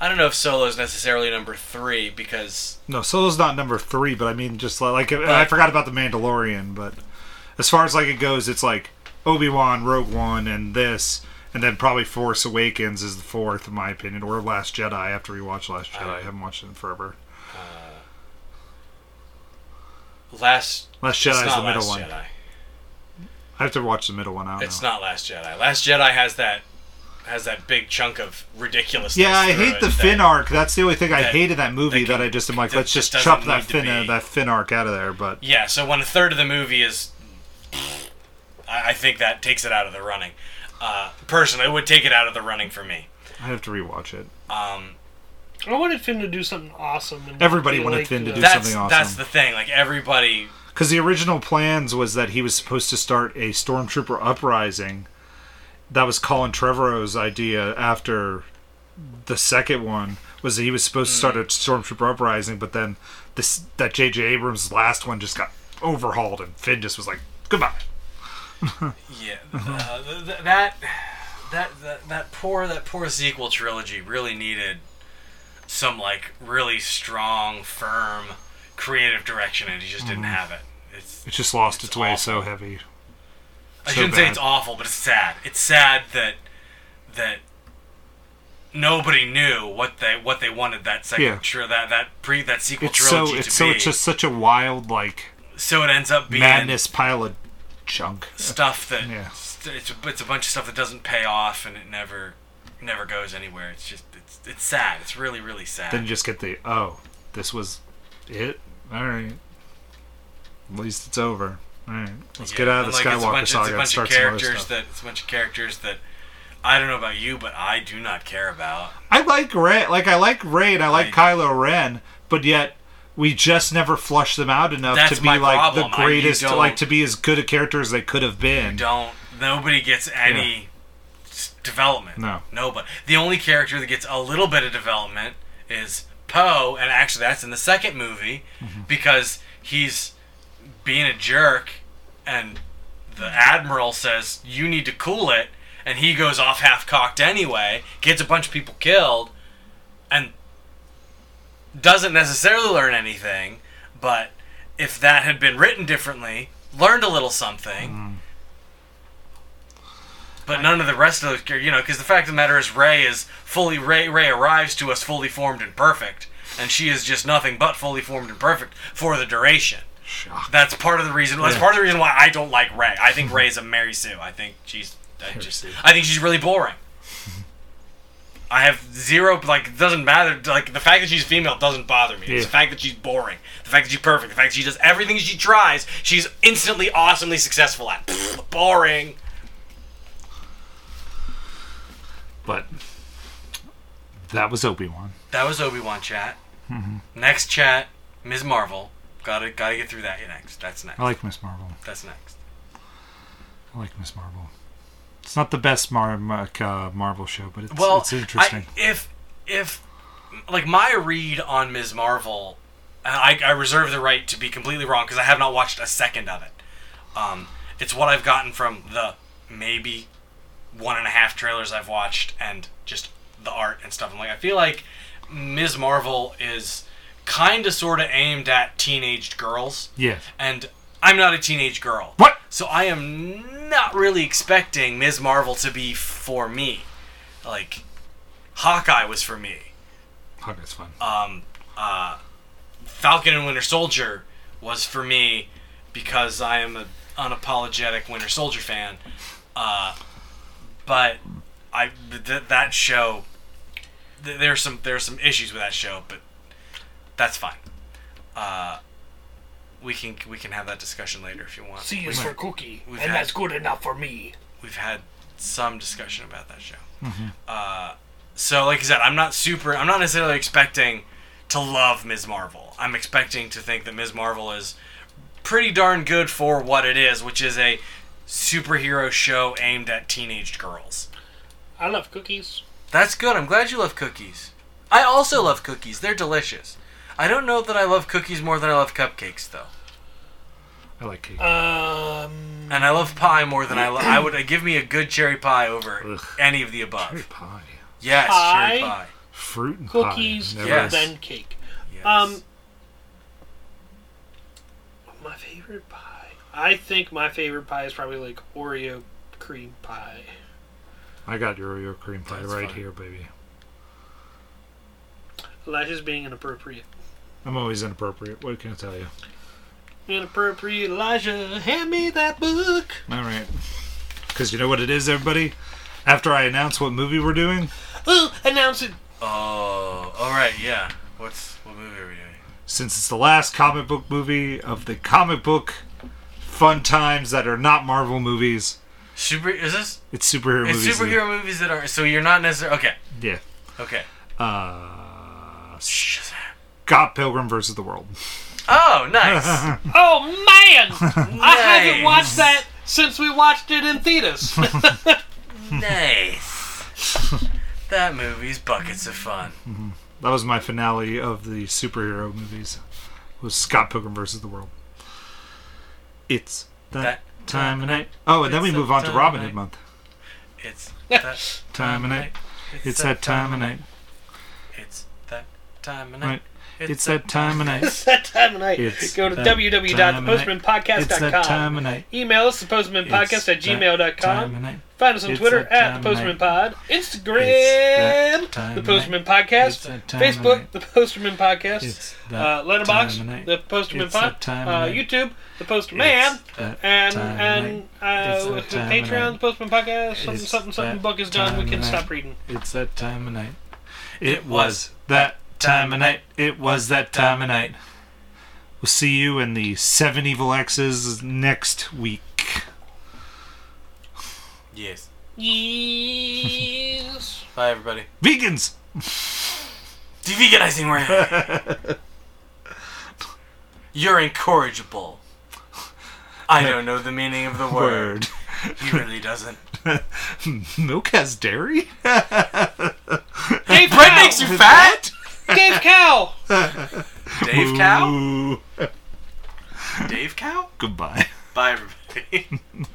I don't know if solo is necessarily number three because No, Solo's not number three, but I mean, just li- like I forgot about the Mandalorian, but as far as like it goes, it's like Obi Wan, Rogue One, and this, and then probably Force Awakens is the fourth, in my opinion, or Last Jedi. After we watch Last Jedi, I haven't watched it in forever. last Last it's Jedi is the not last middle one. Jedi. I have to watch the middle one. I don't It's know. not last Jedi. Last Jedi has that has that big chunk of ridiculousness. yeah, I through hate it the that- Finn arc. That's the only thing I that- hated that movie that that, can- I just am like, that let's just just chop doesn't that need to Finn be. that Finn arc out of there. But Yeah, so when a third of the movie is, I, I think that takes it out of the running. Uh, personally, it would take it out of the running for me. I have to rewatch it. Um, I wanted Finn to do something awesome. And Everybody be wanted like Finn to the- do that's something that's awesome. the thing. Like everybody, Because the original plans was that he was supposed to start a stormtrooper uprising. That was Colin Trevorrow's idea after the second one was that he was supposed to start a Mm. stormtrooper uprising, but then this that J.J. Abrams' last one just got overhauled, and Finn just was like, "Goodbye." yeah, uh, th- th- that, that that that poor that poor sequel trilogy really needed some like really strong, firm, creative direction, and he just didn't have it. It's It just lost Mm-hmm. its, way so awful. heavy. I so shouldn't say bad. it's awful, but it's sad. It's sad that that nobody knew what they what they wanted that second Yeah. tr- that that pre that sequel It's trilogy so it's to so be. it's just such a wild like so it ends up being madness pile of junk. stuff that Yeah. st- it's a, it's a bunch of stuff that doesn't pay off and it never never goes anywhere. It's just it's it's sad. It's really really sad. Then you just get the oh, this was it. All right, at least it's over. All right, let's Yeah, get out and, of the like, it's a Skywalker bunch, saga It's a and bunch of start some other characters stuff. that it's a bunch of characters that I don't know about you, but I do not care about. I like Ray, like I like Ray, and I like Like- Kylo Ren, but yet we just never flush them out enough That's to be my like problem. the I- you greatest, don't- like to be as good a character as they could have been. don't nobody gets any s development. No. nobody. The only character that gets a little bit of development is Poe, and actually that's in the second movie because he's being a jerk, and the admiral says you need to cool it, and he goes off half cocked anyway, gets a bunch of people killed, and doesn't necessarily learn anything, but if that had been written differently, learned a little something. But none of the rest of those, char- you know, because the fact of the matter is, Ray is fully Ray. Ray arrives to us fully formed and perfect, and she is just nothing but fully formed and perfect for the duration. Shock. That's part of the reason. That's Yeah. part of the reason why I don't like Ray. I think Ray is a Mary Sue. I think she's. I just. I think she's really boring. I have zero like. It doesn't matter. Like the fact that she's female doesn't bother me. It's Yeah. the fact that she's boring. The fact that she's perfect. The fact that she does everything she tries. She's instantly awesomely successful at. Pfft, boring. But that was Obi Wan. That was Obi Wan chat. Mm-hmm. Next chat, Ms. Marvel. Gotta gotta get through that next. That's next. I like Miss Marvel. That's next. I like Miss Marvel. It's not the best Mar- Mar- uh, Marvel show, but it's, well, it's interesting. I, if if like my read on Ms. Marvel, and I, I reserve the right to be completely wrong because I have not watched a second of it. Um, it's what I've gotten from the maybe one and a half trailers I've watched and just the art and stuff. I'm like, I feel like Ms. Marvel is kind of sort of aimed at teenaged girls. yeah. and I'm not a teenage girl. What? So I am not really expecting Ms. Marvel to be for me. Like, Hawkeye was for me. Oh, that's fun. Um, uh, Falcon and Winter Soldier was for me because I am an unapologetic Winter Soldier fan. Uh, but I th- that show th- there's some there's some issues with that show, but that's fine. Uh, we can we can have that discussion later if you want. C is for cookie, We've and had- that's good enough for me. we've had some discussion about that show. Uh, so, like I said, I'm not super. I'm not necessarily expecting to love Ms. Marvel. I'm expecting to think that Ms. Marvel is pretty darn good for what it is, which is a superhero show aimed at teenaged girls. I love cookies. That's good. I'm glad you love cookies. I also love cookies. They're delicious. I don't know that I love cookies more than I love cupcakes, though. I like cake. Um, And I love pie more than I love. I would uh, give me a good cherry pie over Ugh. any of the above. Cherry pie. Yes, Pie? cherry pie. Fruit and cookies, pie. and Never- Yes. then cake. Yes. Um, my favorite pie. I think my favorite pie is probably like Oreo cream pie. I got your Oreo cream pie That's right fine. here, baby. Lashes being inappropriate. I'm always inappropriate. What can I tell you? Inappropriate Elijah, hand me that book. All right. Because you know what it is, everybody? After I announce what movie we're doing, Ooh, announce it. oh, all right, yeah. What's what movie are we doing? since it's the last comic book movie of the comic book fun times that are not Marvel movies, Super is this? it's superhero It's movies. superhero movies that are so you're not necessarily okay. Yeah. Okay, Uh, Shazam. Got Pilgrim versus the World. Oh, nice. Oh man, I haven't Nice. watched that since we watched it in theaters. nice. That movie's buckets of fun. That was my finale of the superhero movies. Was Scott Pilgrim versus the World. It's that, That time of night. Oh, and then It's we that move on to time of Robin Hood night. month. It's that Time of night. It's that time of night. It's that time of Right. It's that time of night. it's that time of night. It's Go to that time of It's that time www.thepostmanpodcast.com. of night. Email us It's at postmanpodcast that time of at gmail.com. night. Find us on It's Twitter that at time of The night. Postman Pod, It's that Instagram, time The of Postman It's Podcast, that time of Facebook, night. The Postman It's Podcast, that uh, Letterbox, time of night. The Postman It's that Pod, time uh, of night. YouTube, The Postman, that and time of and It's uh, that with the time of Patreon, The night. Postman Podcast, something It's something something that book is done. time We of can night. stop reading. It's that time of night. It was was that time of night. It was that time of night. We'll see you in the Seven Evil X's next week. Yes. Yes. Bye, everybody. Vegans! Deveganizing Ray. You're incorrigible. I don't know the meaning of the word. Word. He really doesn't. Milk has dairy? Dave Bread Cow. makes you fat? Dave Cow. Dave Cow? Ooh. Dave Cow? Goodbye. Bye, everybody.